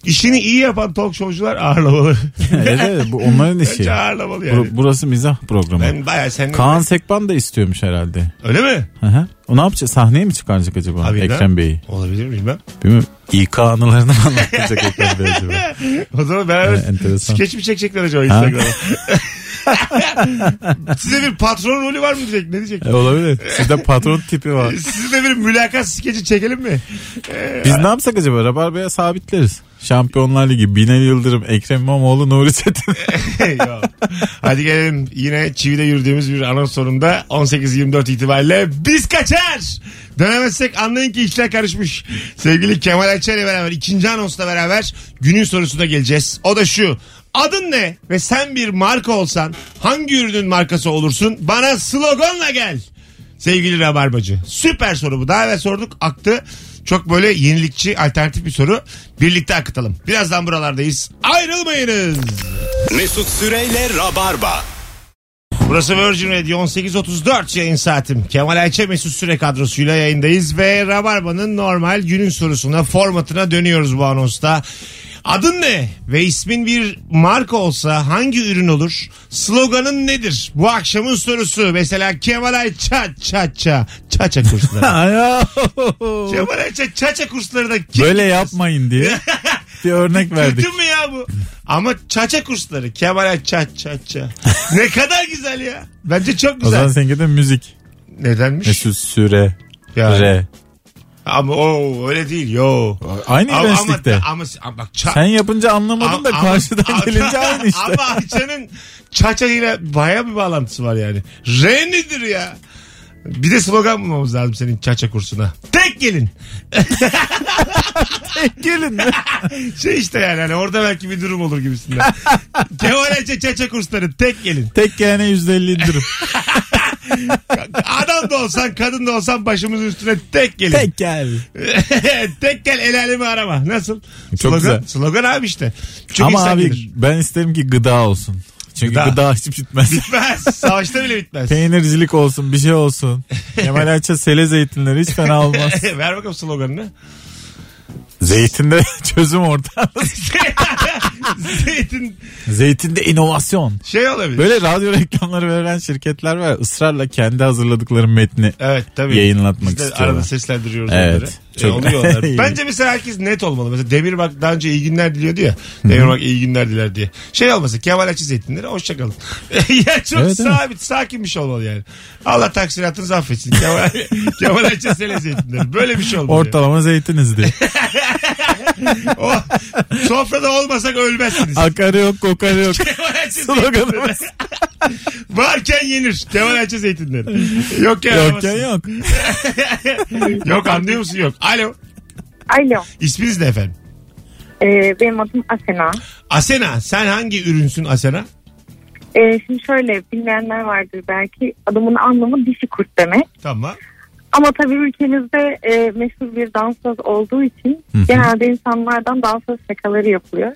Speaker 2: işini iyi yapan talk showcular ağırlamalı.
Speaker 3: evet, evet, bu onların işi.
Speaker 2: Bence ağırlamalı yani.
Speaker 3: Bur- burası mizah programı.
Speaker 2: ben baya sen
Speaker 3: Kaan Sekban da istiyormuş herhalde.
Speaker 2: öyle mi?
Speaker 3: Hı hı. O ne yapacak? Sahneye mi çıkaracak acaba
Speaker 2: Abi,
Speaker 3: Ekrem Bey'i?
Speaker 2: Olabilir miyim ben?
Speaker 3: Bilmiyorum. İK anılarını mı anlatacak Ekrem Bey acaba?
Speaker 2: O zaman beraber
Speaker 3: Ha, enteresan.
Speaker 2: skeç mi çekecekler acaba Instagram'a? Size bir patron rolü var mı diyecek? Ne diyecek?
Speaker 3: E, olabilir. Sizde patron tipi var.
Speaker 2: Sizde bir mülakat skeci çekelim mi?
Speaker 3: Biz ne yapsak acaba? Rabarba'ya sabitleriz. Şampiyonlar Ligi, Binali Yıldırım, Ekrem İmamoğlu, Nuri Çetin.
Speaker 2: Yok. Hadi gelelim yine çivide yürüdüğümüz bir anons sonunda 18-24 itibariyle biz kaçar. Dönemezsek anlayın ki işler karışmış. Sevgili Kemal Ayça ile beraber ikinci anonsla beraber günün sorusuna geleceğiz. O da şu. Adın ne ve sen bir marka olsan hangi ürünün markası olursun bana sloganla gel. Sevgili Rabarbacı. Süper soru bu. Daha evvel sorduk aktı. Çok böyle yenilikçi alternatif bir soru. Birlikte akıtalım. Birazdan buralardayız. Ayrılmayınız.
Speaker 1: Mesut Süreyle Rabarba.
Speaker 2: Burası Virgin Radio 18.34 yayın saatim. Kemal Ayça Mesut Süre kadrosuyla yayındayız ve Rabarba'nın normal günün sorusuna formatına dönüyoruz bu anonsta. Adın ne ve ismin bir marka olsa hangi ürün olur? Sloganın nedir? Bu akşamın sorusu mesela Kemal Ayça ça ça çaça kursları. Kemal Ayça çaça kursları da kim?
Speaker 3: Böyle yapmayın diye bir örnek verdik.
Speaker 2: Kötü mü ya bu? Ama çaça kursları Kemal Ayça ça ça. ne kadar güzel ya. Bence çok
Speaker 3: O
Speaker 2: güzel.
Speaker 3: zaman seninki de müzik.
Speaker 2: Nedenmiş?
Speaker 3: Mesut Süre.
Speaker 2: Ya.
Speaker 3: Re.
Speaker 2: Ama o öyle değil yo.
Speaker 3: Aynı
Speaker 2: Ama, ama,
Speaker 3: gençlikte.
Speaker 2: ama, ama bak ça-
Speaker 3: Sen yapınca anlamadın
Speaker 2: ama-
Speaker 3: da
Speaker 2: ama-
Speaker 3: karşıdan
Speaker 2: ama-
Speaker 3: gelince aynı işte.
Speaker 2: Ama Ayça'nın çaça ile baya bir bağlantısı var yani. R nedir ya? Bir de slogan bulmamız lazım senin çaça kursuna. Tek gelin.
Speaker 3: Gelin mi?
Speaker 2: Şey işte yani hani orada belki bir durum olur gibisinden. Kemal Ayça çaça kursları tek gelin.
Speaker 3: Tek yani %50 indirim.
Speaker 2: Adam da olsan kadın da olsan başımızın üstüne tek gelin.
Speaker 3: Tek gel.
Speaker 2: tek gel el alemi arama. Nasıl?
Speaker 3: Çok
Speaker 2: slogan,
Speaker 3: güzel.
Speaker 2: Slogan abi işte. Çünkü
Speaker 3: Ama
Speaker 2: insan
Speaker 3: abi
Speaker 2: gelir.
Speaker 3: ben isterim ki gıda olsun. Çünkü
Speaker 2: Gıda.
Speaker 3: gıda, hiç bitmez.
Speaker 2: Bitmez. Savaşta bile bitmez.
Speaker 3: Peynircilik olsun bir şey olsun. Kemal Ayça sele zeytinleri hiç fena olmaz.
Speaker 2: Ver bakalım sloganını.
Speaker 3: Zeytinde çözüm orada.
Speaker 2: Zeytin
Speaker 3: Zeytinde inovasyon.
Speaker 2: şey olabilir.
Speaker 3: Böyle radyo reklamları veren şirketler var. ısrarla kendi hazırladıkları metni.
Speaker 2: Evet tabii.
Speaker 3: Yayınlatmak
Speaker 2: Biz de
Speaker 3: istiyorlar.
Speaker 2: Arada seslendiriyoruz
Speaker 3: Evet.
Speaker 2: onları. E,
Speaker 3: Çok-
Speaker 2: oluyor onlar.
Speaker 3: İyi.
Speaker 2: Bence mesela herkes net olmalı. Mesela Demirbak daha önce iyi günler diliyordu ya. Demirbak iyi günler diler diye. Şey olmasın Kemal Açı Zeytinleri hoşçakalın. ya çok
Speaker 3: Evet, değil mi?
Speaker 2: sabit sakin bir şey olmalı yani. Allah taksiratınızı affetsin. Kemal, Kemal Açı Sele Zeytinleri. Böyle bir şey olmalı. yani.
Speaker 3: Ortalama zeytiniz diye.
Speaker 2: O, sofrada olmasak ölmezsiniz.
Speaker 3: Akarı yok kokarı yok.
Speaker 2: Kemal Ayça zeytinleri.
Speaker 3: Sloganımız.
Speaker 2: Varken yenir. Kemal Ayça zeytinleri. Yok ya.
Speaker 3: Yokken yok.
Speaker 2: Yok anlıyor musun yok. Alo.
Speaker 8: Alo.
Speaker 2: İsminiz ne efendim?
Speaker 8: Ee, benim adım Asena.
Speaker 2: Asena. Sen hangi ürünsün Asena?
Speaker 8: Ee, şimdi şöyle bilmeyenler vardır belki. Adımın anlamı dişi kurt demek.
Speaker 2: Tamam.
Speaker 8: Ama tabii ülkemizde e, meşhur bir dansöz olduğu için genelde insanlardan dansöz şakaları yapılıyor.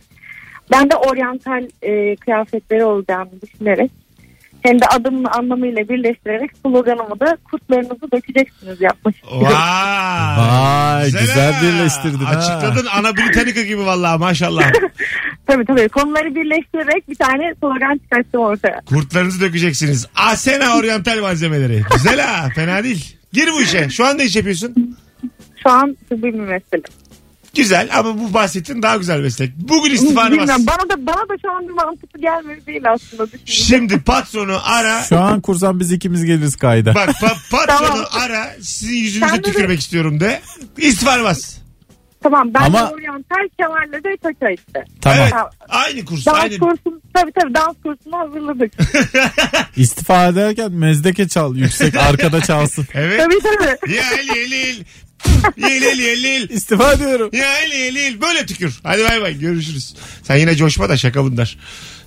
Speaker 8: Ben de oryantal e, kıyafetleri olacağını düşünerek hem de adımın anlamıyla birleştirerek sloganımı da kurtlarınızı dökeceksiniz yapmış.
Speaker 2: Vay.
Speaker 3: Vay, güzel
Speaker 2: ha.
Speaker 3: birleştirdin ha.
Speaker 2: Açıkladın ana Britannica gibi vallahi maşallah.
Speaker 8: tabii tabii konuları birleştirerek bir tane slogan çıkarttım ortaya.
Speaker 2: Kurtlarınızı dökeceksiniz. Asena oryantal malzemeleri. Güzel ha fena değil. Gir bu işe. Şu anda iş yapıyorsun.
Speaker 8: Şu an tıbbi mümesselim.
Speaker 2: Güzel ama bu bahsettiğin daha güzel meslek. Bugün istifanı bas.
Speaker 8: Bilmiyorum bana da bana da şu an bir mantıklı gelmedi değil aslında. düşününce.
Speaker 2: Şimdi patronu ara.
Speaker 3: Şu an kursan biz ikimiz geliriz kayda.
Speaker 2: Bak pa- patronu
Speaker 8: Tamam.
Speaker 2: ara. Sizin yüzünüze
Speaker 8: Sen de-
Speaker 2: tükürmek istiyorum de. İstifanı bas.
Speaker 8: Tamam ben
Speaker 3: Ama-
Speaker 8: de oryantal kevarla de taça işte.
Speaker 3: Tamam.
Speaker 2: Evet. Aynı kurs.
Speaker 8: Dans
Speaker 2: aynı.
Speaker 8: kursunu tabii tabii dans kursunu hazırladık.
Speaker 3: İstifa ederken mezdeke çal yüksek arkada çalsın.
Speaker 2: Evet.
Speaker 8: tabii tabii.
Speaker 2: Yel yelil. Yelil yelil.
Speaker 3: İstifa ediyorum.
Speaker 2: Yel yelil. Böyle tükür. Hadi bay bay görüşürüz. Sen yine coşma da şaka bunlar.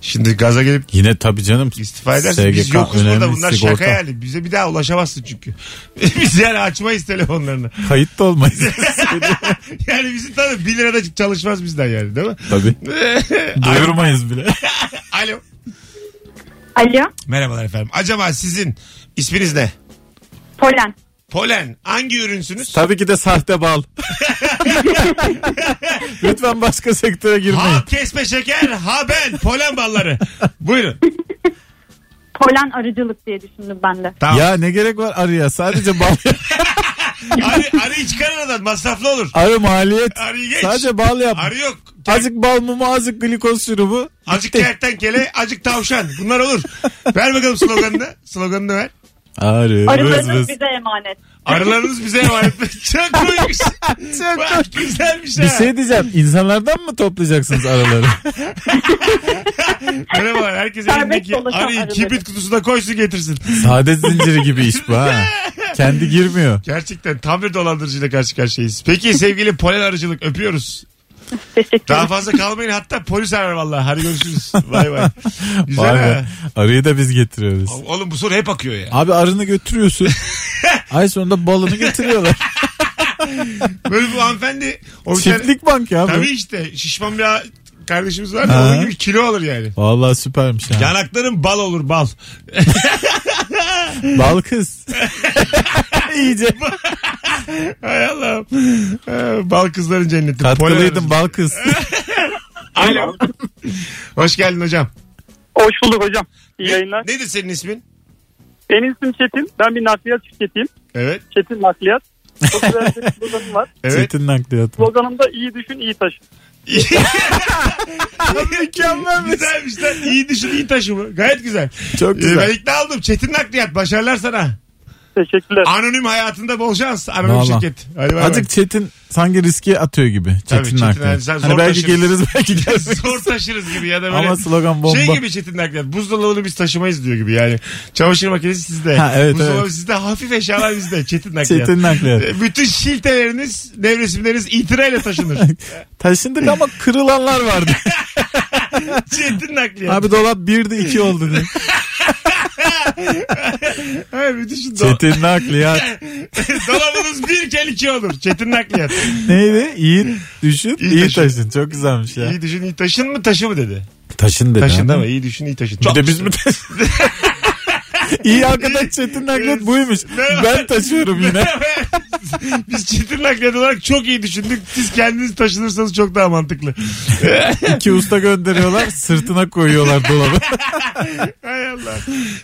Speaker 2: Şimdi gaza gelip
Speaker 3: Yine tabii canım.
Speaker 2: İstifa edersin. Biz
Speaker 3: SGK
Speaker 2: yokuz burada.
Speaker 3: önemli
Speaker 2: Bunlar
Speaker 3: sigorta.
Speaker 2: şaka yani. Bize bir daha ulaşamazsın çünkü. Biz yani açmayız telefonlarını.
Speaker 3: Kayıt da olmayız.
Speaker 2: yani bizi tanı 1 lirada çalışmaz bizden yani değil mi?
Speaker 3: tabii. Duyurmayız bile.
Speaker 2: Alo.
Speaker 8: Alo
Speaker 2: Merhabalar efendim. Acaba sizin isminiz ne?
Speaker 8: Polen.
Speaker 2: Polen. Hangi ürünsünüz?
Speaker 3: tabii ki de sahte bal. Lütfen başka sektöre girmeyin.
Speaker 2: Ha kesme şeker, ha ben. Polen balları. Buyurun.
Speaker 9: Polen arıcılık diye düşündüm ben de.
Speaker 2: Tamam.
Speaker 3: Ya ne gerek var arıya? Sadece bal.
Speaker 2: Arı, arıyı çıkarın oradan. Masraflı olur.
Speaker 3: Arı maliyet.
Speaker 2: Arıyı geç.
Speaker 3: Sadece bal yap.
Speaker 2: Arı yok.
Speaker 3: Azıcık bal mumu, azıcık glikoz şurubu.
Speaker 2: Azıcık kertenkele, azıcık tavşan. Bunlar olur. Ver bakalım sloganını. Sloganını ver.
Speaker 3: Arı vız
Speaker 9: Arılarınız
Speaker 3: vız.
Speaker 9: bize emanet.
Speaker 2: Arılarınız bize emanet. Çok koymuş. Bak güzelmiş ha.
Speaker 3: Bir şey diyeceğim. İnsanlardan mı toplayacaksınız araları?
Speaker 2: Merhabalar. Herkes
Speaker 9: Serbest
Speaker 2: elindeki
Speaker 9: dolaşan
Speaker 2: arıyı
Speaker 9: arıları.
Speaker 2: kibrit kutusuna koysun getirsin.
Speaker 3: Saadet zinciri gibi iş bu ha. Kendi girmiyor.
Speaker 2: Gerçekten tam bir dolandırıcıyla karşı karşıyayız. Peki sevgili polen arıcılık öpüyoruz.
Speaker 9: Teşekkür
Speaker 2: Daha
Speaker 9: ederim.
Speaker 2: fazla kalmayın hatta polis arar vallahi. Hadi görüşürüz. Bay bay. Güzel
Speaker 3: Vay
Speaker 2: ha.
Speaker 3: be. Arıyı da biz getiriyoruz.
Speaker 2: Oğlum bu soru hep akıyor ya.
Speaker 3: Abi arını götürüyorsun. Ay sonunda balını getiriyorlar.
Speaker 2: Böyle bu hanımefendi o bir tane-
Speaker 3: Çiftlik bank ya bu.
Speaker 2: tabii işte şişman bir kardeşimiz var
Speaker 3: Ha.
Speaker 2: ya onun gibi kilo alır yani.
Speaker 3: Vallahi süpermiş ha.
Speaker 2: Yanakların bal olur bal.
Speaker 3: Bal kız. İyice.
Speaker 2: Hay Allah'ım. Ee, Bal kızların cenneti. Polen
Speaker 3: Katkılıydın
Speaker 2: arıcılık.
Speaker 3: bal kız.
Speaker 2: Alo. Hoş geldin hocam.
Speaker 5: Hoş bulduk hocam. İyi yayınlar.
Speaker 2: Nedir senin ismin?
Speaker 5: Benim ismim Çetin. Ben bir nakliyat şirketiyim.
Speaker 2: Evet.
Speaker 5: Çetin Nakliyat. Çok güzel bir sloganım var.
Speaker 2: Evet.
Speaker 3: Çetin nakliyatı.
Speaker 5: Sloganım da iyi düşün iyi taşın.
Speaker 2: Mükemmel Güzelmiş lan. İyi düşün iyi taşı bu. Gayet güzel.
Speaker 3: Çok güzel.
Speaker 2: Ee, Ben ikna oldum. Çetin nakliyat. Başarılar sana.
Speaker 5: Teşekkürler.
Speaker 2: Anonim hayatında bol şans. Anonim
Speaker 3: Vallahi.
Speaker 2: şirket. Hadi bay
Speaker 3: Azıcık Çetin sanki riski atıyor gibi.
Speaker 2: Tabii
Speaker 3: Çetin
Speaker 2: Çetin
Speaker 3: nakliyat.
Speaker 2: abi, sen
Speaker 3: Hani
Speaker 2: zor
Speaker 3: belki
Speaker 2: taşırız.
Speaker 3: geliriz belki
Speaker 2: bay.
Speaker 3: gelmeyiz.
Speaker 2: Zor taşırız gibi ya da böyle.
Speaker 3: Ama slogan bomba.
Speaker 2: Şey gibi Çetin nakliyat. Buzdolabını biz taşımayız diyor gibi yani. Çamaşır makinesi sizde.
Speaker 3: Ha, evet,
Speaker 2: Buzdolabı
Speaker 3: evet.
Speaker 2: sizde. Hafif eşyalar bizde. Çetin nakliyat.
Speaker 3: Çetin nakliyat.
Speaker 2: Ee, Bütün şilteleriniz, nevresimleriniz itirayla taşınır.
Speaker 3: Taşındık ama kırılanlar vardı.
Speaker 2: Çetin nakliyat.
Speaker 3: Abi dolap 1'di 2 oldu. dedi.
Speaker 2: Hayır, bütün şu do-
Speaker 3: Çetin nakliyat.
Speaker 2: dolabınız bir kel iki olur. Çetin nakliyat.
Speaker 3: Neydi? İyi düşün,
Speaker 2: İyi
Speaker 3: iyi,
Speaker 2: taşın.
Speaker 3: taşın. Çok güzelmiş ya.
Speaker 2: İyi düşün iyi taşın mı taşı mı dedi.
Speaker 3: Taşın dedi.
Speaker 2: Taşın değil mi? İyi düşün iyi taşın.
Speaker 3: Bir de biz mi taşın? iyi arkadaş Çetin Naklet buymuş. Ben taşıyorum yine.
Speaker 2: Biz çetin nakliyat olarak çok iyi düşündük. Siz kendiniz taşınırsanız çok daha mantıklı.
Speaker 3: İki usta gönderiyorlar sırtına koyuyorlar dolabı.
Speaker 2: Hay Allah.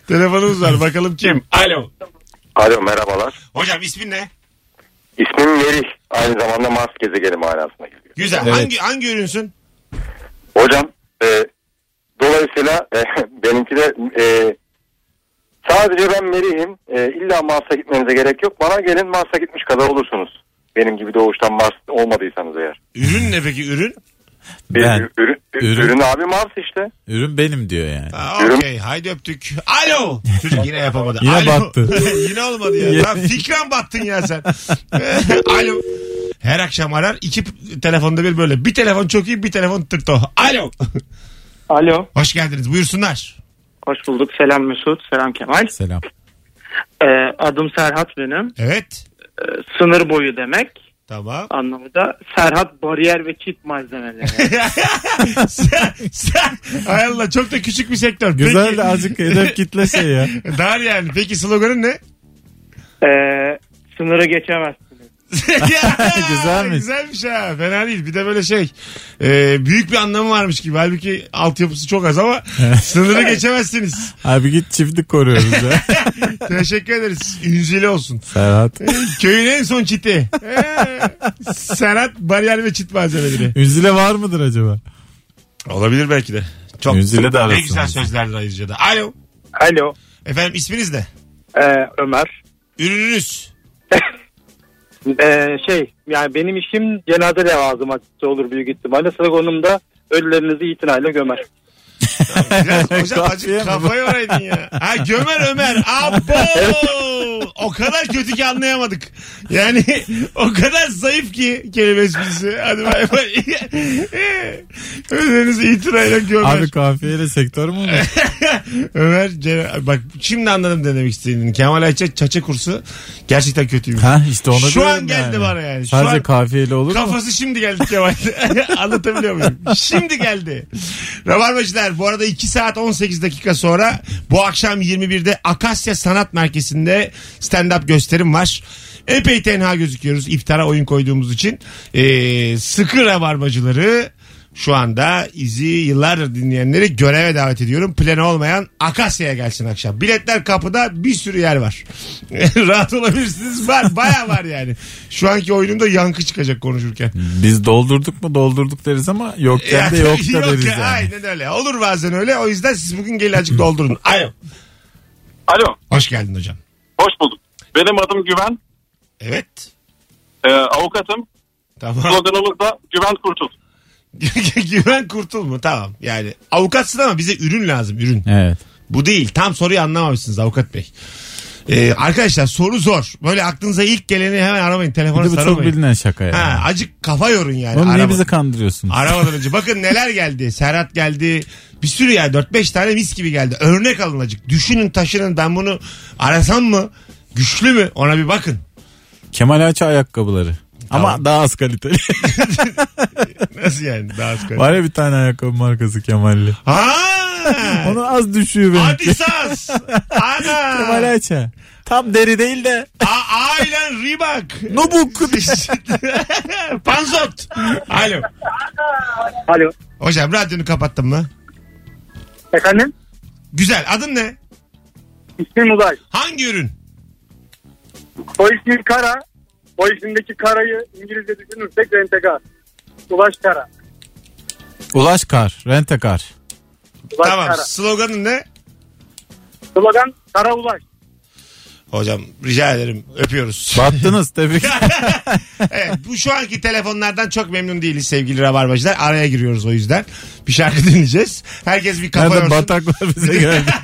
Speaker 2: Telefonumuz var bakalım kim? Alo.
Speaker 7: Alo merhabalar.
Speaker 2: Hocam ismin ne?
Speaker 7: İsmim Merih. Aynı zamanda Mars gezegeni manasına geliyor.
Speaker 2: Güzel.
Speaker 3: Evet.
Speaker 2: Hangi hangi ürünsün?
Speaker 7: Hocam e, dolayısıyla e, benimki de e, sadece ben Merih'im. E, illa Mars'a gitmenize gerek yok. Bana gelin Mars'a gitmiş kadar olursunuz. Benim gibi doğuştan Mars olmadıysanız eğer.
Speaker 2: Ürün ne peki ürün?
Speaker 7: Bir
Speaker 3: Ben.
Speaker 7: ürün,
Speaker 3: Ürün.
Speaker 7: ürün. ürün abi Mars işte.
Speaker 3: Ürün benim diyor yani.
Speaker 2: Aa, Okey haydi öptük. Alo. Çocuk yine yapamadı.
Speaker 3: Yine
Speaker 2: Alo.
Speaker 3: battı.
Speaker 2: yine olmadı ya. Lan fikren battın ya sen. Alo. Her akşam arar. iki p- telefonda bir böyle. Bir telefon çok iyi bir telefon tırto. Alo.
Speaker 5: Alo.
Speaker 2: Hoş geldiniz buyursunlar.
Speaker 5: Hoş bulduk. Selam Mesut. Selam Kemal.
Speaker 3: Selam.
Speaker 5: Ee, adım Serhat benim.
Speaker 2: Evet.
Speaker 5: Ee, sınır boyu demek
Speaker 2: Tamam.
Speaker 5: anlamı da Serhat bariyer ve çit malzemeleri.
Speaker 2: sen, sen, Hay Allah çok da küçük bir sektör.
Speaker 3: Güzel
Speaker 2: Peki-
Speaker 3: de azıcık hedef kitle şey ya.
Speaker 2: Dar yani. Peki sloganın ne?
Speaker 5: ee, sınırı geçemezsiniz.
Speaker 2: Ya,
Speaker 3: Güzelmiş.
Speaker 2: Güzelmiş ha. Fena değil. Bir de böyle şey e, büyük bir anlamı varmış gibi. Halbuki altyapısı çok az ama sınırı geçemezsiniz.
Speaker 3: Abi git çiftlik koruyoruz ya.
Speaker 2: Teşekkür ederiz. Ünzeli olsun.
Speaker 3: Serhat.
Speaker 2: Köyün en son çiti. Ee, Serhat bariyer ve çit malzemeleri.
Speaker 3: Ünzile var mıdır acaba?
Speaker 2: Olabilir belki de. Çok
Speaker 3: Ünzile de
Speaker 2: ne
Speaker 3: arasın.
Speaker 2: güzel şey. sözlerdir ayrıca da. Alo.
Speaker 5: Alo.
Speaker 2: Efendim isminiz ne?
Speaker 5: Ömer.
Speaker 2: Ürününüz.
Speaker 5: Ee, şey yani benim işim cenaze levazım olur büyük ihtimalle. Sıra konum da ölülerinizi itinayla gömer.
Speaker 2: Biraz hocam
Speaker 3: Kafaya
Speaker 2: azıcık
Speaker 3: mı?
Speaker 2: kafayı oraydın ya. Ha Gömer Ömer. Abo! o kadar kötü ki anlayamadık. Yani o kadar zayıf ki kelime esprisi. Hadi bay bay. Ömer'iniz itirayla Gömer.
Speaker 3: Abi kafiyeyle sektör mü olur?
Speaker 2: Ömer Ceren- bak şimdi anladım ne demek istediğini. Kemal Ayça çaça kursu gerçekten kötüymüş.
Speaker 3: ha işte ona
Speaker 2: Şu an
Speaker 3: diyorum
Speaker 2: geldi bana yani. Şu
Speaker 3: Sadece
Speaker 2: an-
Speaker 3: kafiyeyle olur mu?
Speaker 2: Kafası şimdi geldi Kemal. Anlatabiliyor muyum? Şimdi geldi. Rabarbacılar bu arada 2 saat 18 dakika sonra bu akşam 21'de Akasya Sanat Merkezi'nde stand-up gösterim var. Epey tenha gözüküyoruz iftara oyun koyduğumuz için. Ee, sıkı rabarbacıları şu anda izi yıllardır dinleyenleri göreve davet ediyorum. Planı olmayan Akasya'ya gelsin akşam. Biletler kapıda bir sürü yer var. Rahat olabilirsiniz. Var baya var yani. Şu anki oyunumda yankı çıkacak konuşurken.
Speaker 3: Biz doldurduk mu doldurduk deriz ama yokken de
Speaker 2: Yani
Speaker 3: yok da deriz
Speaker 2: ya,
Speaker 3: yani.
Speaker 2: Aynen öyle. Olur bazen öyle. O yüzden siz bugün gelin azıcık doldurun. Alo.
Speaker 10: Alo,
Speaker 2: Hoş geldin hocam.
Speaker 10: hoş bulduk. Benim adım Güven,
Speaker 2: Evet.
Speaker 10: e, avukatım.
Speaker 2: Tamam.
Speaker 10: Sloganımız da Güven Kurtul.
Speaker 2: Güven kurtul mu? Tamam. Yani avukatsın ama bize ürün lazım ürün.
Speaker 3: Evet.
Speaker 2: Bu değil. Tam soruyu anlamamışsınız avukat bey. Ee, arkadaşlar soru zor. Böyle aklınıza ilk geleni hemen aramayın.
Speaker 3: Bir
Speaker 2: Telefonu
Speaker 3: de bu çok
Speaker 2: saramayın.
Speaker 3: bilinen şaka yani.
Speaker 2: Ha, acık kafa yorun yani.
Speaker 3: Oğlum niye
Speaker 2: arama-
Speaker 3: bizi kandırıyorsunuz?
Speaker 2: Aramadan önce. Bakın neler geldi. Serhat geldi. Bir sürü ya 4-5 tane mis gibi geldi. Örnek alın acık. Düşünün taşının ben bunu arasam mı? Güçlü mü? Ona bir bakın.
Speaker 3: Kemal Ayça ayakkabıları. Ama daha az kaliteli.
Speaker 2: Nasıl yani? Daha az
Speaker 3: Var ya bir tane ayakkabı markası Kemal'li.
Speaker 2: Ha!
Speaker 3: Onu az düşüyor benim.
Speaker 2: Adisas!
Speaker 3: Kemal
Speaker 2: Ana!
Speaker 3: Ayça. Tam deri değil de.
Speaker 2: A- Ailen Reebok!
Speaker 3: Nubuk.
Speaker 2: Panzot! Alo.
Speaker 5: Alo.
Speaker 2: Hocam radyonu kapattın mı?
Speaker 5: Efendim?
Speaker 2: Güzel. Adın ne?
Speaker 4: İsmim Uzay.
Speaker 2: Hangi ürün?
Speaker 4: O ismin Kara. O ismindeki Kara'yı İngilizce düşünürsek Rentega. Ulaş Kara.
Speaker 3: Ulaş kar. Rente kar.
Speaker 4: Ulaş
Speaker 2: tamam.
Speaker 4: Kara.
Speaker 2: Sloganın ne?
Speaker 4: Slogan Kara Ulaş.
Speaker 2: Hocam rica ederim. Öpüyoruz.
Speaker 3: Battınız tebrik.
Speaker 2: evet, bu şu anki telefonlardan çok memnun değiliz sevgili rabarbacılar. Araya giriyoruz o yüzden. Bir şarkı dinleyeceğiz. Herkes bir kafa
Speaker 3: Nerede
Speaker 2: yorsun.
Speaker 3: bataklar bize geldi.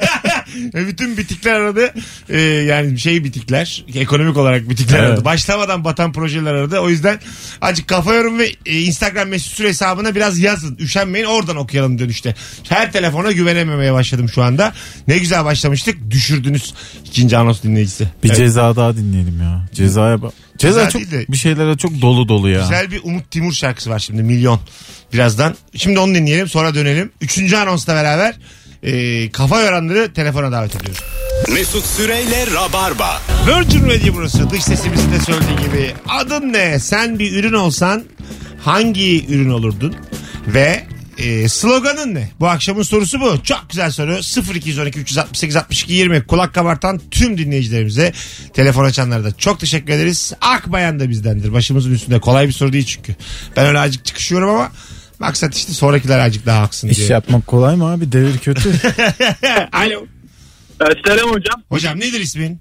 Speaker 2: Ve Bütün bitikler aradı. Ee, yani şey bitikler. Ekonomik olarak bitikler
Speaker 3: Evet.
Speaker 2: aradı. Başlamadan batan projeler aradı. O yüzden acık kafa yorum ve e, Instagram mesut süre hesabına biraz yazın. Üşenmeyin oradan okuyalım dönüşte. Her telefona güvenememeye başladım şu anda. Ne güzel başlamıştık. Düşürdünüz ikinci anons dinleyicisi.
Speaker 3: Bir
Speaker 2: Evet.
Speaker 3: ceza daha dinleyelim ya. Cezaya bak. Ceza,
Speaker 2: Ceza değil
Speaker 3: çok
Speaker 2: de-
Speaker 3: bir şeylere çok dolu dolu ya.
Speaker 2: Güzel bir Umut Timur şarkısı var şimdi milyon birazdan. Şimdi onu dinleyelim sonra dönelim. Üçüncü anonsla beraber e, kafa yoranları telefona davet ediyoruz.
Speaker 1: Mesut Süreyle Rabarba.
Speaker 2: Virgin Radio burası dış sesimizin de söylediği gibi. Adın ne? Sen bir ürün olsan hangi ürün olurdun? Ve e, sloganın ne? Bu akşamın sorusu bu. Çok güzel soru. 0212 368 62 20 kulak kabartan tüm dinleyicilerimize telefon açanlara da çok teşekkür ederiz. Akbayan da bizdendir. Başımızın üstünde. Kolay bir soru değil çünkü. Ben öyle acık çıkışıyorum ama maksat işte sonrakiler acık daha haksın
Speaker 3: İş
Speaker 2: diye.
Speaker 3: yapmak kolay mı abi? Devir kötü.
Speaker 2: şey Alo.
Speaker 10: E, selam hocam.
Speaker 2: Hocam nedir ismin?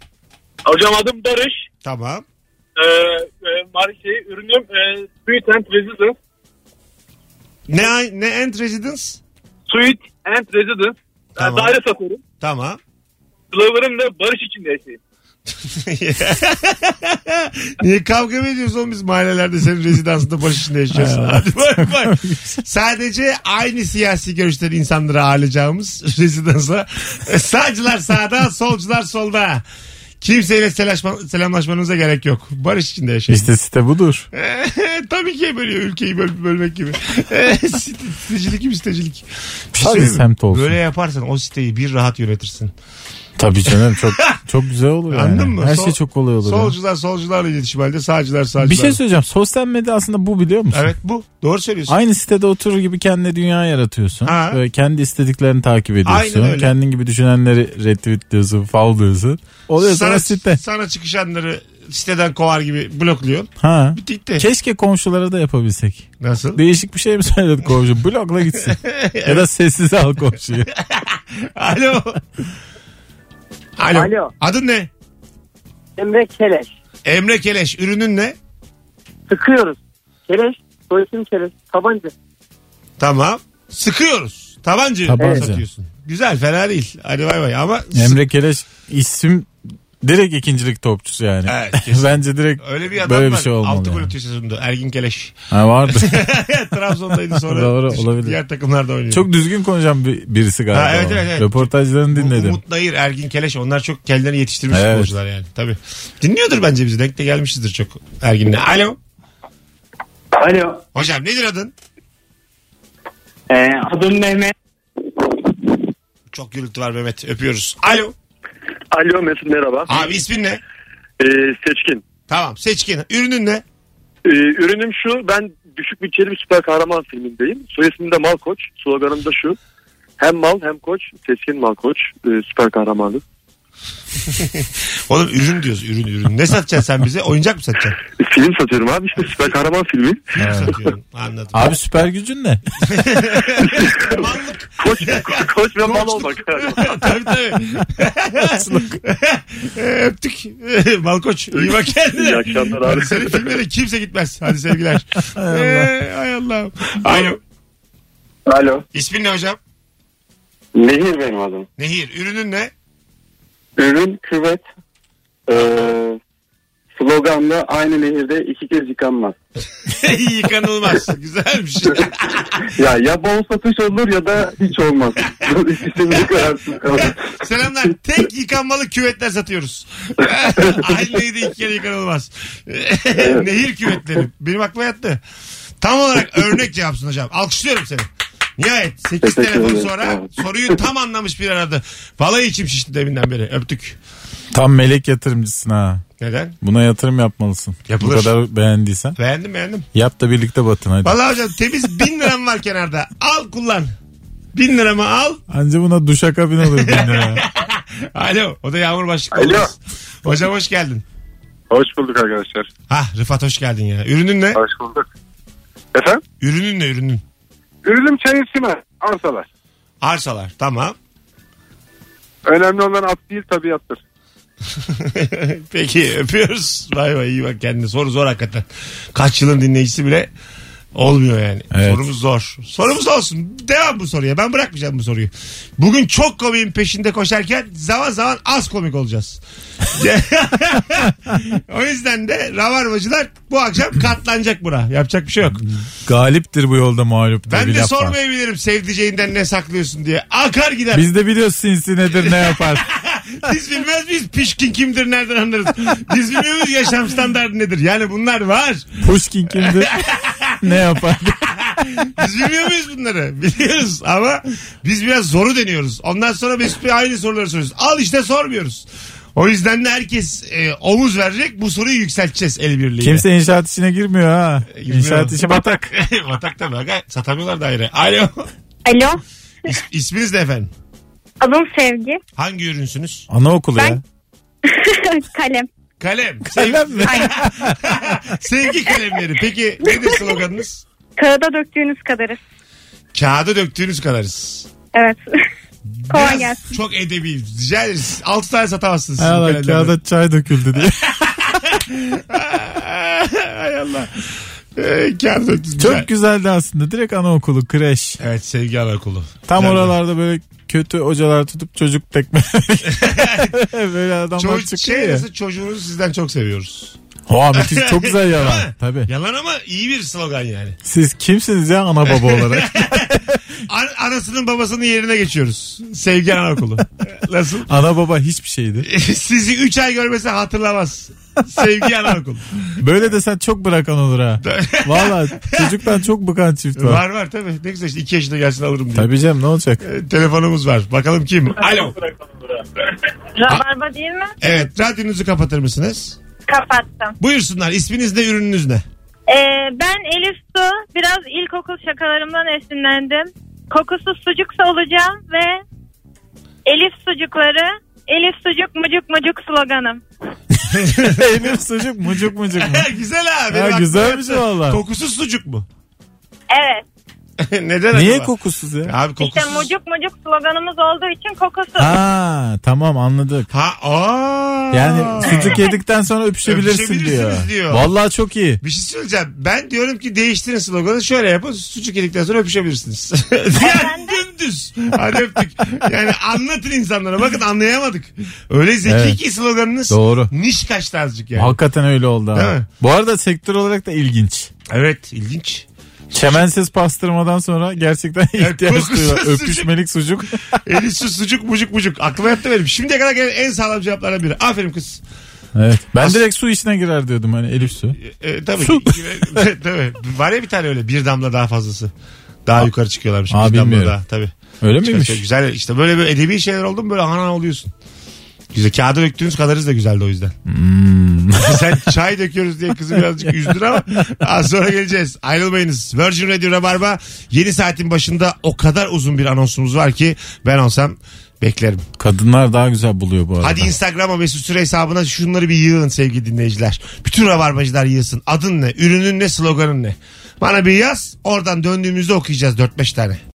Speaker 10: Hocam adım Barış.
Speaker 2: Tamam.
Speaker 10: E, şey, ürünüm e, Sweet and Residence.
Speaker 2: Ne, ne Ent Residence?
Speaker 10: Sweet and Residence.
Speaker 2: Tamam.
Speaker 10: E, daire satıyorum.
Speaker 2: Tamam.
Speaker 10: Sloganım da Barış için şey. yaşayayım.
Speaker 2: Niye kavga mı ediyoruz oğlum biz mahallelerde senin rezidansında barış içinde yaşıyorsun? Hadi bay bay. Sadece aynı siyasi görüşten insanları ağırlayacağımız rezidansa e, sağcılar sağda, solcular solda. Kimseyle selaşma- selamlaşmanıza gerek yok. Barış içinde yaşayın.
Speaker 3: işte site budur.
Speaker 2: Tabii ki bölüyor ülkeyi böl- bölmek gibi. E, Site- sitecilik gibi sitecilik. Bir şey
Speaker 3: Tabii
Speaker 2: söyleyeyim mi?
Speaker 3: semt olsun.
Speaker 2: Böyle yaparsan o siteyi bir rahat yönetirsin.
Speaker 3: Tabii canım çok çok güzel olur yani.
Speaker 2: Anladın mı?
Speaker 3: Her
Speaker 2: Sol-
Speaker 3: şey çok kolay olur. ya.
Speaker 2: Solcular solcularla iletişim halinde sağcılar sağcılarla.
Speaker 3: Bir şey söyleyeceğim. Sosyal medya aslında bu biliyor musun?
Speaker 2: Evet bu. Doğru söylüyorsun.
Speaker 3: Aynı sitede oturur gibi kendi dünya yaratıyorsun.
Speaker 2: Ha.
Speaker 3: Böyle kendi istediklerini takip ediyorsun.
Speaker 2: Aynen öyle.
Speaker 3: Kendin gibi düşünenleri retweetliyorsun, followluyorsun. Oluyor sana,
Speaker 2: sana,
Speaker 3: site.
Speaker 2: sana çıkışanları siteden kovar gibi blokluyor.
Speaker 3: Ha.
Speaker 2: Bitti.
Speaker 3: Keşke komşulara da yapabilsek.
Speaker 2: Nasıl?
Speaker 3: Değişik bir şey mi söyledi komşu? Blokla gitsin. ya da sessize al komşuyu.
Speaker 2: Alo. Alo.
Speaker 5: Alo.
Speaker 2: Adın ne?
Speaker 5: Emre Keleş.
Speaker 2: Emre Keleş. Ürünün ne?
Speaker 11: Sıkıyoruz. Kereş, soysun kereş, tabanca.
Speaker 2: Tamam. Sıkıyoruz. Tabanca,
Speaker 3: Tabanca.
Speaker 2: satıyorsun. Güzel fena değil. Hadi bay bay ama
Speaker 3: Emre Keleş isim direkt ikincilik topçusu yani.
Speaker 2: Evet,
Speaker 3: Bence direkt
Speaker 2: öyle bir adam
Speaker 3: böyle
Speaker 2: var.
Speaker 3: bir şey olmalı.
Speaker 2: Altı gol
Speaker 3: yani.
Speaker 2: atıyor sezonunda. Ergin Keleş.
Speaker 3: Ha, vardı.
Speaker 2: Trabzon'daydı sonra.
Speaker 3: Doğru,
Speaker 2: düştü.
Speaker 3: olabilir.
Speaker 2: Diğer takımlarda oynuyor.
Speaker 3: Çok düzgün konuşan bir, birisi galiba.
Speaker 2: Ha, evet,
Speaker 3: o.
Speaker 2: evet, evet.
Speaker 3: Röportajlarını dinledim.
Speaker 2: Umut Nayır, Ergin Keleş onlar çok kendilerini yetiştirmiş
Speaker 3: Evet.
Speaker 2: futbolcular yani. Tabii. Dinliyordur bence bizi. Denk de gelmişizdir çok Ergin'le. Alo.
Speaker 12: Alo.
Speaker 2: Hocam nedir adın?
Speaker 12: Ee, adım Mehmet.
Speaker 2: Çok gürültü var Mehmet. Öpüyoruz. Alo.
Speaker 13: Alo Mesut merhaba. Ee,
Speaker 2: Abi ismin ne?
Speaker 13: seçkin. Ee,
Speaker 2: Tamam Seçkin. Ürünün ne?
Speaker 13: ürünüm şu ben düşük bütçeli bir süper kahraman filmindeyim. Soy ismim de Mal Koç. Sloganım da şu. Hem mal hem koç. Seçkin Mal Koç. Ee, süper kahramanı.
Speaker 2: Oğlum ürün diyoruz. Ürün ürün. Ne satacaksın sen bize? Oyuncak mı satacaksın?
Speaker 13: Film satıyorum abi işte süper kahraman filmi.
Speaker 2: Film satıyorum. Anladım.
Speaker 3: Abi süper gücün ne?
Speaker 13: koç, koç ve mal olmak.
Speaker 2: tabii tabii. Ee, Öptük. Malkoç. iyi bak kendine.
Speaker 13: İyi akşamlar abi.
Speaker 2: Senin filmlere kimse gitmez. Hadi sevgiler. Ee, Hay Allah'ım. Alo.
Speaker 7: Alo.
Speaker 2: İsmin ne hocam?
Speaker 7: Nehir benim adım.
Speaker 2: Nehir. Ürünün ne?
Speaker 7: Ürün küvet. Ee, sloganda aynı nehirde iki kez yıkanmaz.
Speaker 2: Yıkanılmaz. Güzelmiş.
Speaker 7: Ya ya bol satış olur ya da hiç olmaz. İkisini kararsız kalır.
Speaker 2: Selamlar. Tek yıkanmalı küvetler satıyoruz. Aynı neydi iki kere yıkanılmaz. Nehir küvetleri. Benim aklıma yattı. Tam olarak örnek cevapsın hocam. Alkışlıyorum seni. Nihayet 8
Speaker 3: Teşekkür
Speaker 2: telefon
Speaker 3: ederim.
Speaker 2: sonra soruyu tam anlamış bir aradı. Vallahi içim şişti deminden beri. Öptük.
Speaker 3: Tam melek yatırımcısın ha.
Speaker 2: Neden?
Speaker 3: Buna yatırım yapmalısın.
Speaker 2: Yapılır.
Speaker 3: Bu kadar beğendiysen.
Speaker 2: Beğendim beğendim.
Speaker 3: Yap da birlikte batın hadi.
Speaker 2: Vallahi hocam temiz 1000 liram var kenarda. Al kullan. 1000 liramı al.
Speaker 3: Anca buna duşa kabin olur. bin lira.
Speaker 2: Alo. O da yağmur başlıklı.
Speaker 14: Alo.
Speaker 2: olmaz. Hocam hoş geldin.
Speaker 14: Hoş bulduk arkadaşlar.
Speaker 2: Ha Rıfat hoş geldin ya. Ürünün ne?
Speaker 14: Hoş bulduk. Efendim?
Speaker 2: Ürünün ne ürünün?
Speaker 14: Ürünüm çay içme. Arsalar.
Speaker 2: Arsalar tamam.
Speaker 14: Önemli olan at değil tabiattır.
Speaker 2: Peki öpüyoruz. Bay bay iyi bak kendine. Soru zor hakikaten. Kaç yılın dinleyicisi bile olmuyor yani.
Speaker 3: Evet.
Speaker 2: Sorumuz zor. Sorumuz olsun. Devam bu soruya. Ben bırakmayacağım bu soruyu. Bugün çok komiğin peşinde koşarken zaman zaman az komik olacağız. o yüzden de ravarvacılar bu akşam katlanacak buna. Yapacak bir şey yok.
Speaker 3: Galiptir bu yolda mağluptur.
Speaker 2: Ben
Speaker 3: bir
Speaker 2: de
Speaker 3: laf var.
Speaker 2: sormayabilirim sevdiceğinden ne saklıyorsun diye. Akar gider.
Speaker 3: Biz de biliyoruz sinsi nedir ne yapar.
Speaker 2: Biz bilmez miyiz pişkin kimdir nereden anlarız? Biz bilmiyor muyuz yaşam standartı nedir? Yani bunlar var.
Speaker 3: Pushkin kimdir ne yapar.
Speaker 2: Biz bilmiyor muyuz bunları? Biliyoruz ama biz biraz zoru deniyoruz. Ondan sonra Mesut Bey aynı soruları soruyoruz. Al işte sormuyoruz. O yüzden de herkes e, omuz verecek bu soruyu yükselteceğiz el birliğiyle.
Speaker 3: Kimse inşaat işine girmiyor ha.
Speaker 2: Bilmiyorum.
Speaker 3: İnşaat işi batak.
Speaker 2: batak tabii. aga. Satamıyorlar daire. Alo.
Speaker 15: Alo.
Speaker 2: İs- isminiz ne efendim?
Speaker 15: Adım Sevgi.
Speaker 2: Hangi ürünsünüz?
Speaker 3: Anaokulu
Speaker 15: Ben- Kalem.
Speaker 2: Kalem. Kalem mi? Sevgi kalemleri. Peki nedir sloganınız?
Speaker 15: Kağıda döktüğünüz kadarız.
Speaker 2: Kağıda döktüğünüz kadarız.
Speaker 15: Evet. Kolay
Speaker 2: Biraz
Speaker 15: gelsin.
Speaker 2: Çok edebi. Rica ederiz. 6 tane satamazsınız.
Speaker 3: Hay
Speaker 2: sizin
Speaker 3: Allah
Speaker 2: kalemlerden.
Speaker 3: kağıda çay döküldü diye.
Speaker 2: Hay Allah. Ee, kağıda döktünüz.
Speaker 3: Çok güzeldi aslında. Direkt anaokulu, kreş.
Speaker 2: Evet sevgi anaokulu.
Speaker 3: Tam
Speaker 2: Güzel.
Speaker 3: oralarda böyle kötü hocalar tutup çocuk tekme. böyle adamlar
Speaker 2: Ço-
Speaker 3: çıkıyor
Speaker 2: şey
Speaker 3: ya.
Speaker 2: nasıl çocuğunuzu sizden çok seviyoruz.
Speaker 3: Oha müthiş çok güzel
Speaker 2: Değil mi?
Speaker 3: yalan. Tabii.
Speaker 2: Yalan ama iyi bir slogan yani.
Speaker 3: Siz kimsiniz ya ana baba olarak?
Speaker 2: An- anasının babasının yerine geçiyoruz. Sevgi anaokulu. Nasıl?
Speaker 3: ana baba hiçbir şeydi.
Speaker 2: Sizi 3 ay görmese hatırlamaz. Sevgi anaokulu.
Speaker 3: Böyle desen çok bırakan olur ha. Valla çocuktan çok bıkan çift var.
Speaker 2: Var var tabii. Ne güzel işte 2 yaşında gelsin alırım diye.
Speaker 3: Tabii canım ne olacak?
Speaker 2: Ee, telefonumuz var. Bakalım kim? Alo.
Speaker 16: Rabarba değil mi?
Speaker 2: Evet radyonuzu kapatır mısınız?
Speaker 16: Kapattım.
Speaker 2: Buyursunlar isminiz ne ürününüz ne?
Speaker 16: Ee, ben Elif Su. Biraz ilkokul şakalarımdan esinlendim. Kokusuz sucuksa olacağım ve Elif sucukları, Elif sucuk mucuk mucuk sloganım.
Speaker 3: Elif sucuk mucuk mucuk mu?
Speaker 2: güzel abi.
Speaker 3: Ha, güzelmiş valla.
Speaker 2: Kokusuz sucuk mu?
Speaker 16: Evet.
Speaker 2: Neden
Speaker 3: Niye
Speaker 2: acaba?
Speaker 3: kokusuz ya?
Speaker 2: Abi kokusuz.
Speaker 16: İşte mucuk mucuk sloganımız olduğu için kokusu.
Speaker 3: Ha tamam anladık.
Speaker 2: Ha aa.
Speaker 3: Yani sucuk yedikten sonra öpüşebilirsin diyor.
Speaker 2: Öpüşebilirsiniz diyor.
Speaker 3: Vallahi çok iyi.
Speaker 2: Bir şey söyleyeceğim. Ben diyorum ki değiştirin sloganı. Şöyle yapın. Sucuk yedikten sonra öpüşebilirsiniz. yani dümdüz. Hadi öptük. Yani anlatın insanlara. Bakın anlayamadık. Öyle zeki
Speaker 3: Evet.
Speaker 2: ki sloganınız.
Speaker 3: Doğru.
Speaker 2: Niş kaçtı azıcık yani.
Speaker 3: Hakikaten öyle oldu
Speaker 2: Değil
Speaker 3: abi.
Speaker 2: mi?
Speaker 3: Bu arada sektör olarak da ilginç.
Speaker 2: Evet ilginç.
Speaker 3: Çemensiz pastırmadan sonra gerçekten ihtiyaç
Speaker 2: kokusuz
Speaker 3: duyuyor.
Speaker 2: sucuk.
Speaker 3: Öpüşmelik sucuk.
Speaker 2: Eli su sucuk mucuk mucuk. Aklıma yattı benim. Şimdiye kadar gelen en sağlam cevaplardan biri. Aferin kız.
Speaker 3: Evet. Ben direkt su içine girer diyordum hani Elif su.
Speaker 2: E, tabii.
Speaker 3: Su.
Speaker 2: tabii. Var ya bir tane öyle bir damla daha fazlası. Daha yukarı çıkıyorlarmış.
Speaker 3: Aa,
Speaker 2: bir damla
Speaker 3: bilmiyorum.
Speaker 2: daha tabii.
Speaker 3: Öyle
Speaker 2: Çıkar-
Speaker 3: miymiş?
Speaker 2: çıkar. Güzel işte böyle böyle edebi şeyler oldu mu böyle hana oluyorsun. Güzel. Kağıda döktüğünüz kadarız da güzeldi o yüzden.
Speaker 3: Hmm.
Speaker 2: Sen çay döküyoruz diye kızı birazcık üzdün ama az sonra geleceğiz. Ayrılmayınız. Virgin Radio Rabarba yeni saatin başında o kadar uzun bir anonsumuz var ki ben olsam beklerim.
Speaker 3: Kadınlar daha güzel buluyor bu arada.
Speaker 2: Hadi Instagram'a Mesut Süre hesabına şunları bir yığın sevgili dinleyiciler. Bütün rabarbacılar yığsın. Adın ne, ürünün ne, sloganın ne? Bana bir yaz. Oradan döndüğümüzde okuyacağız 4-5 tane.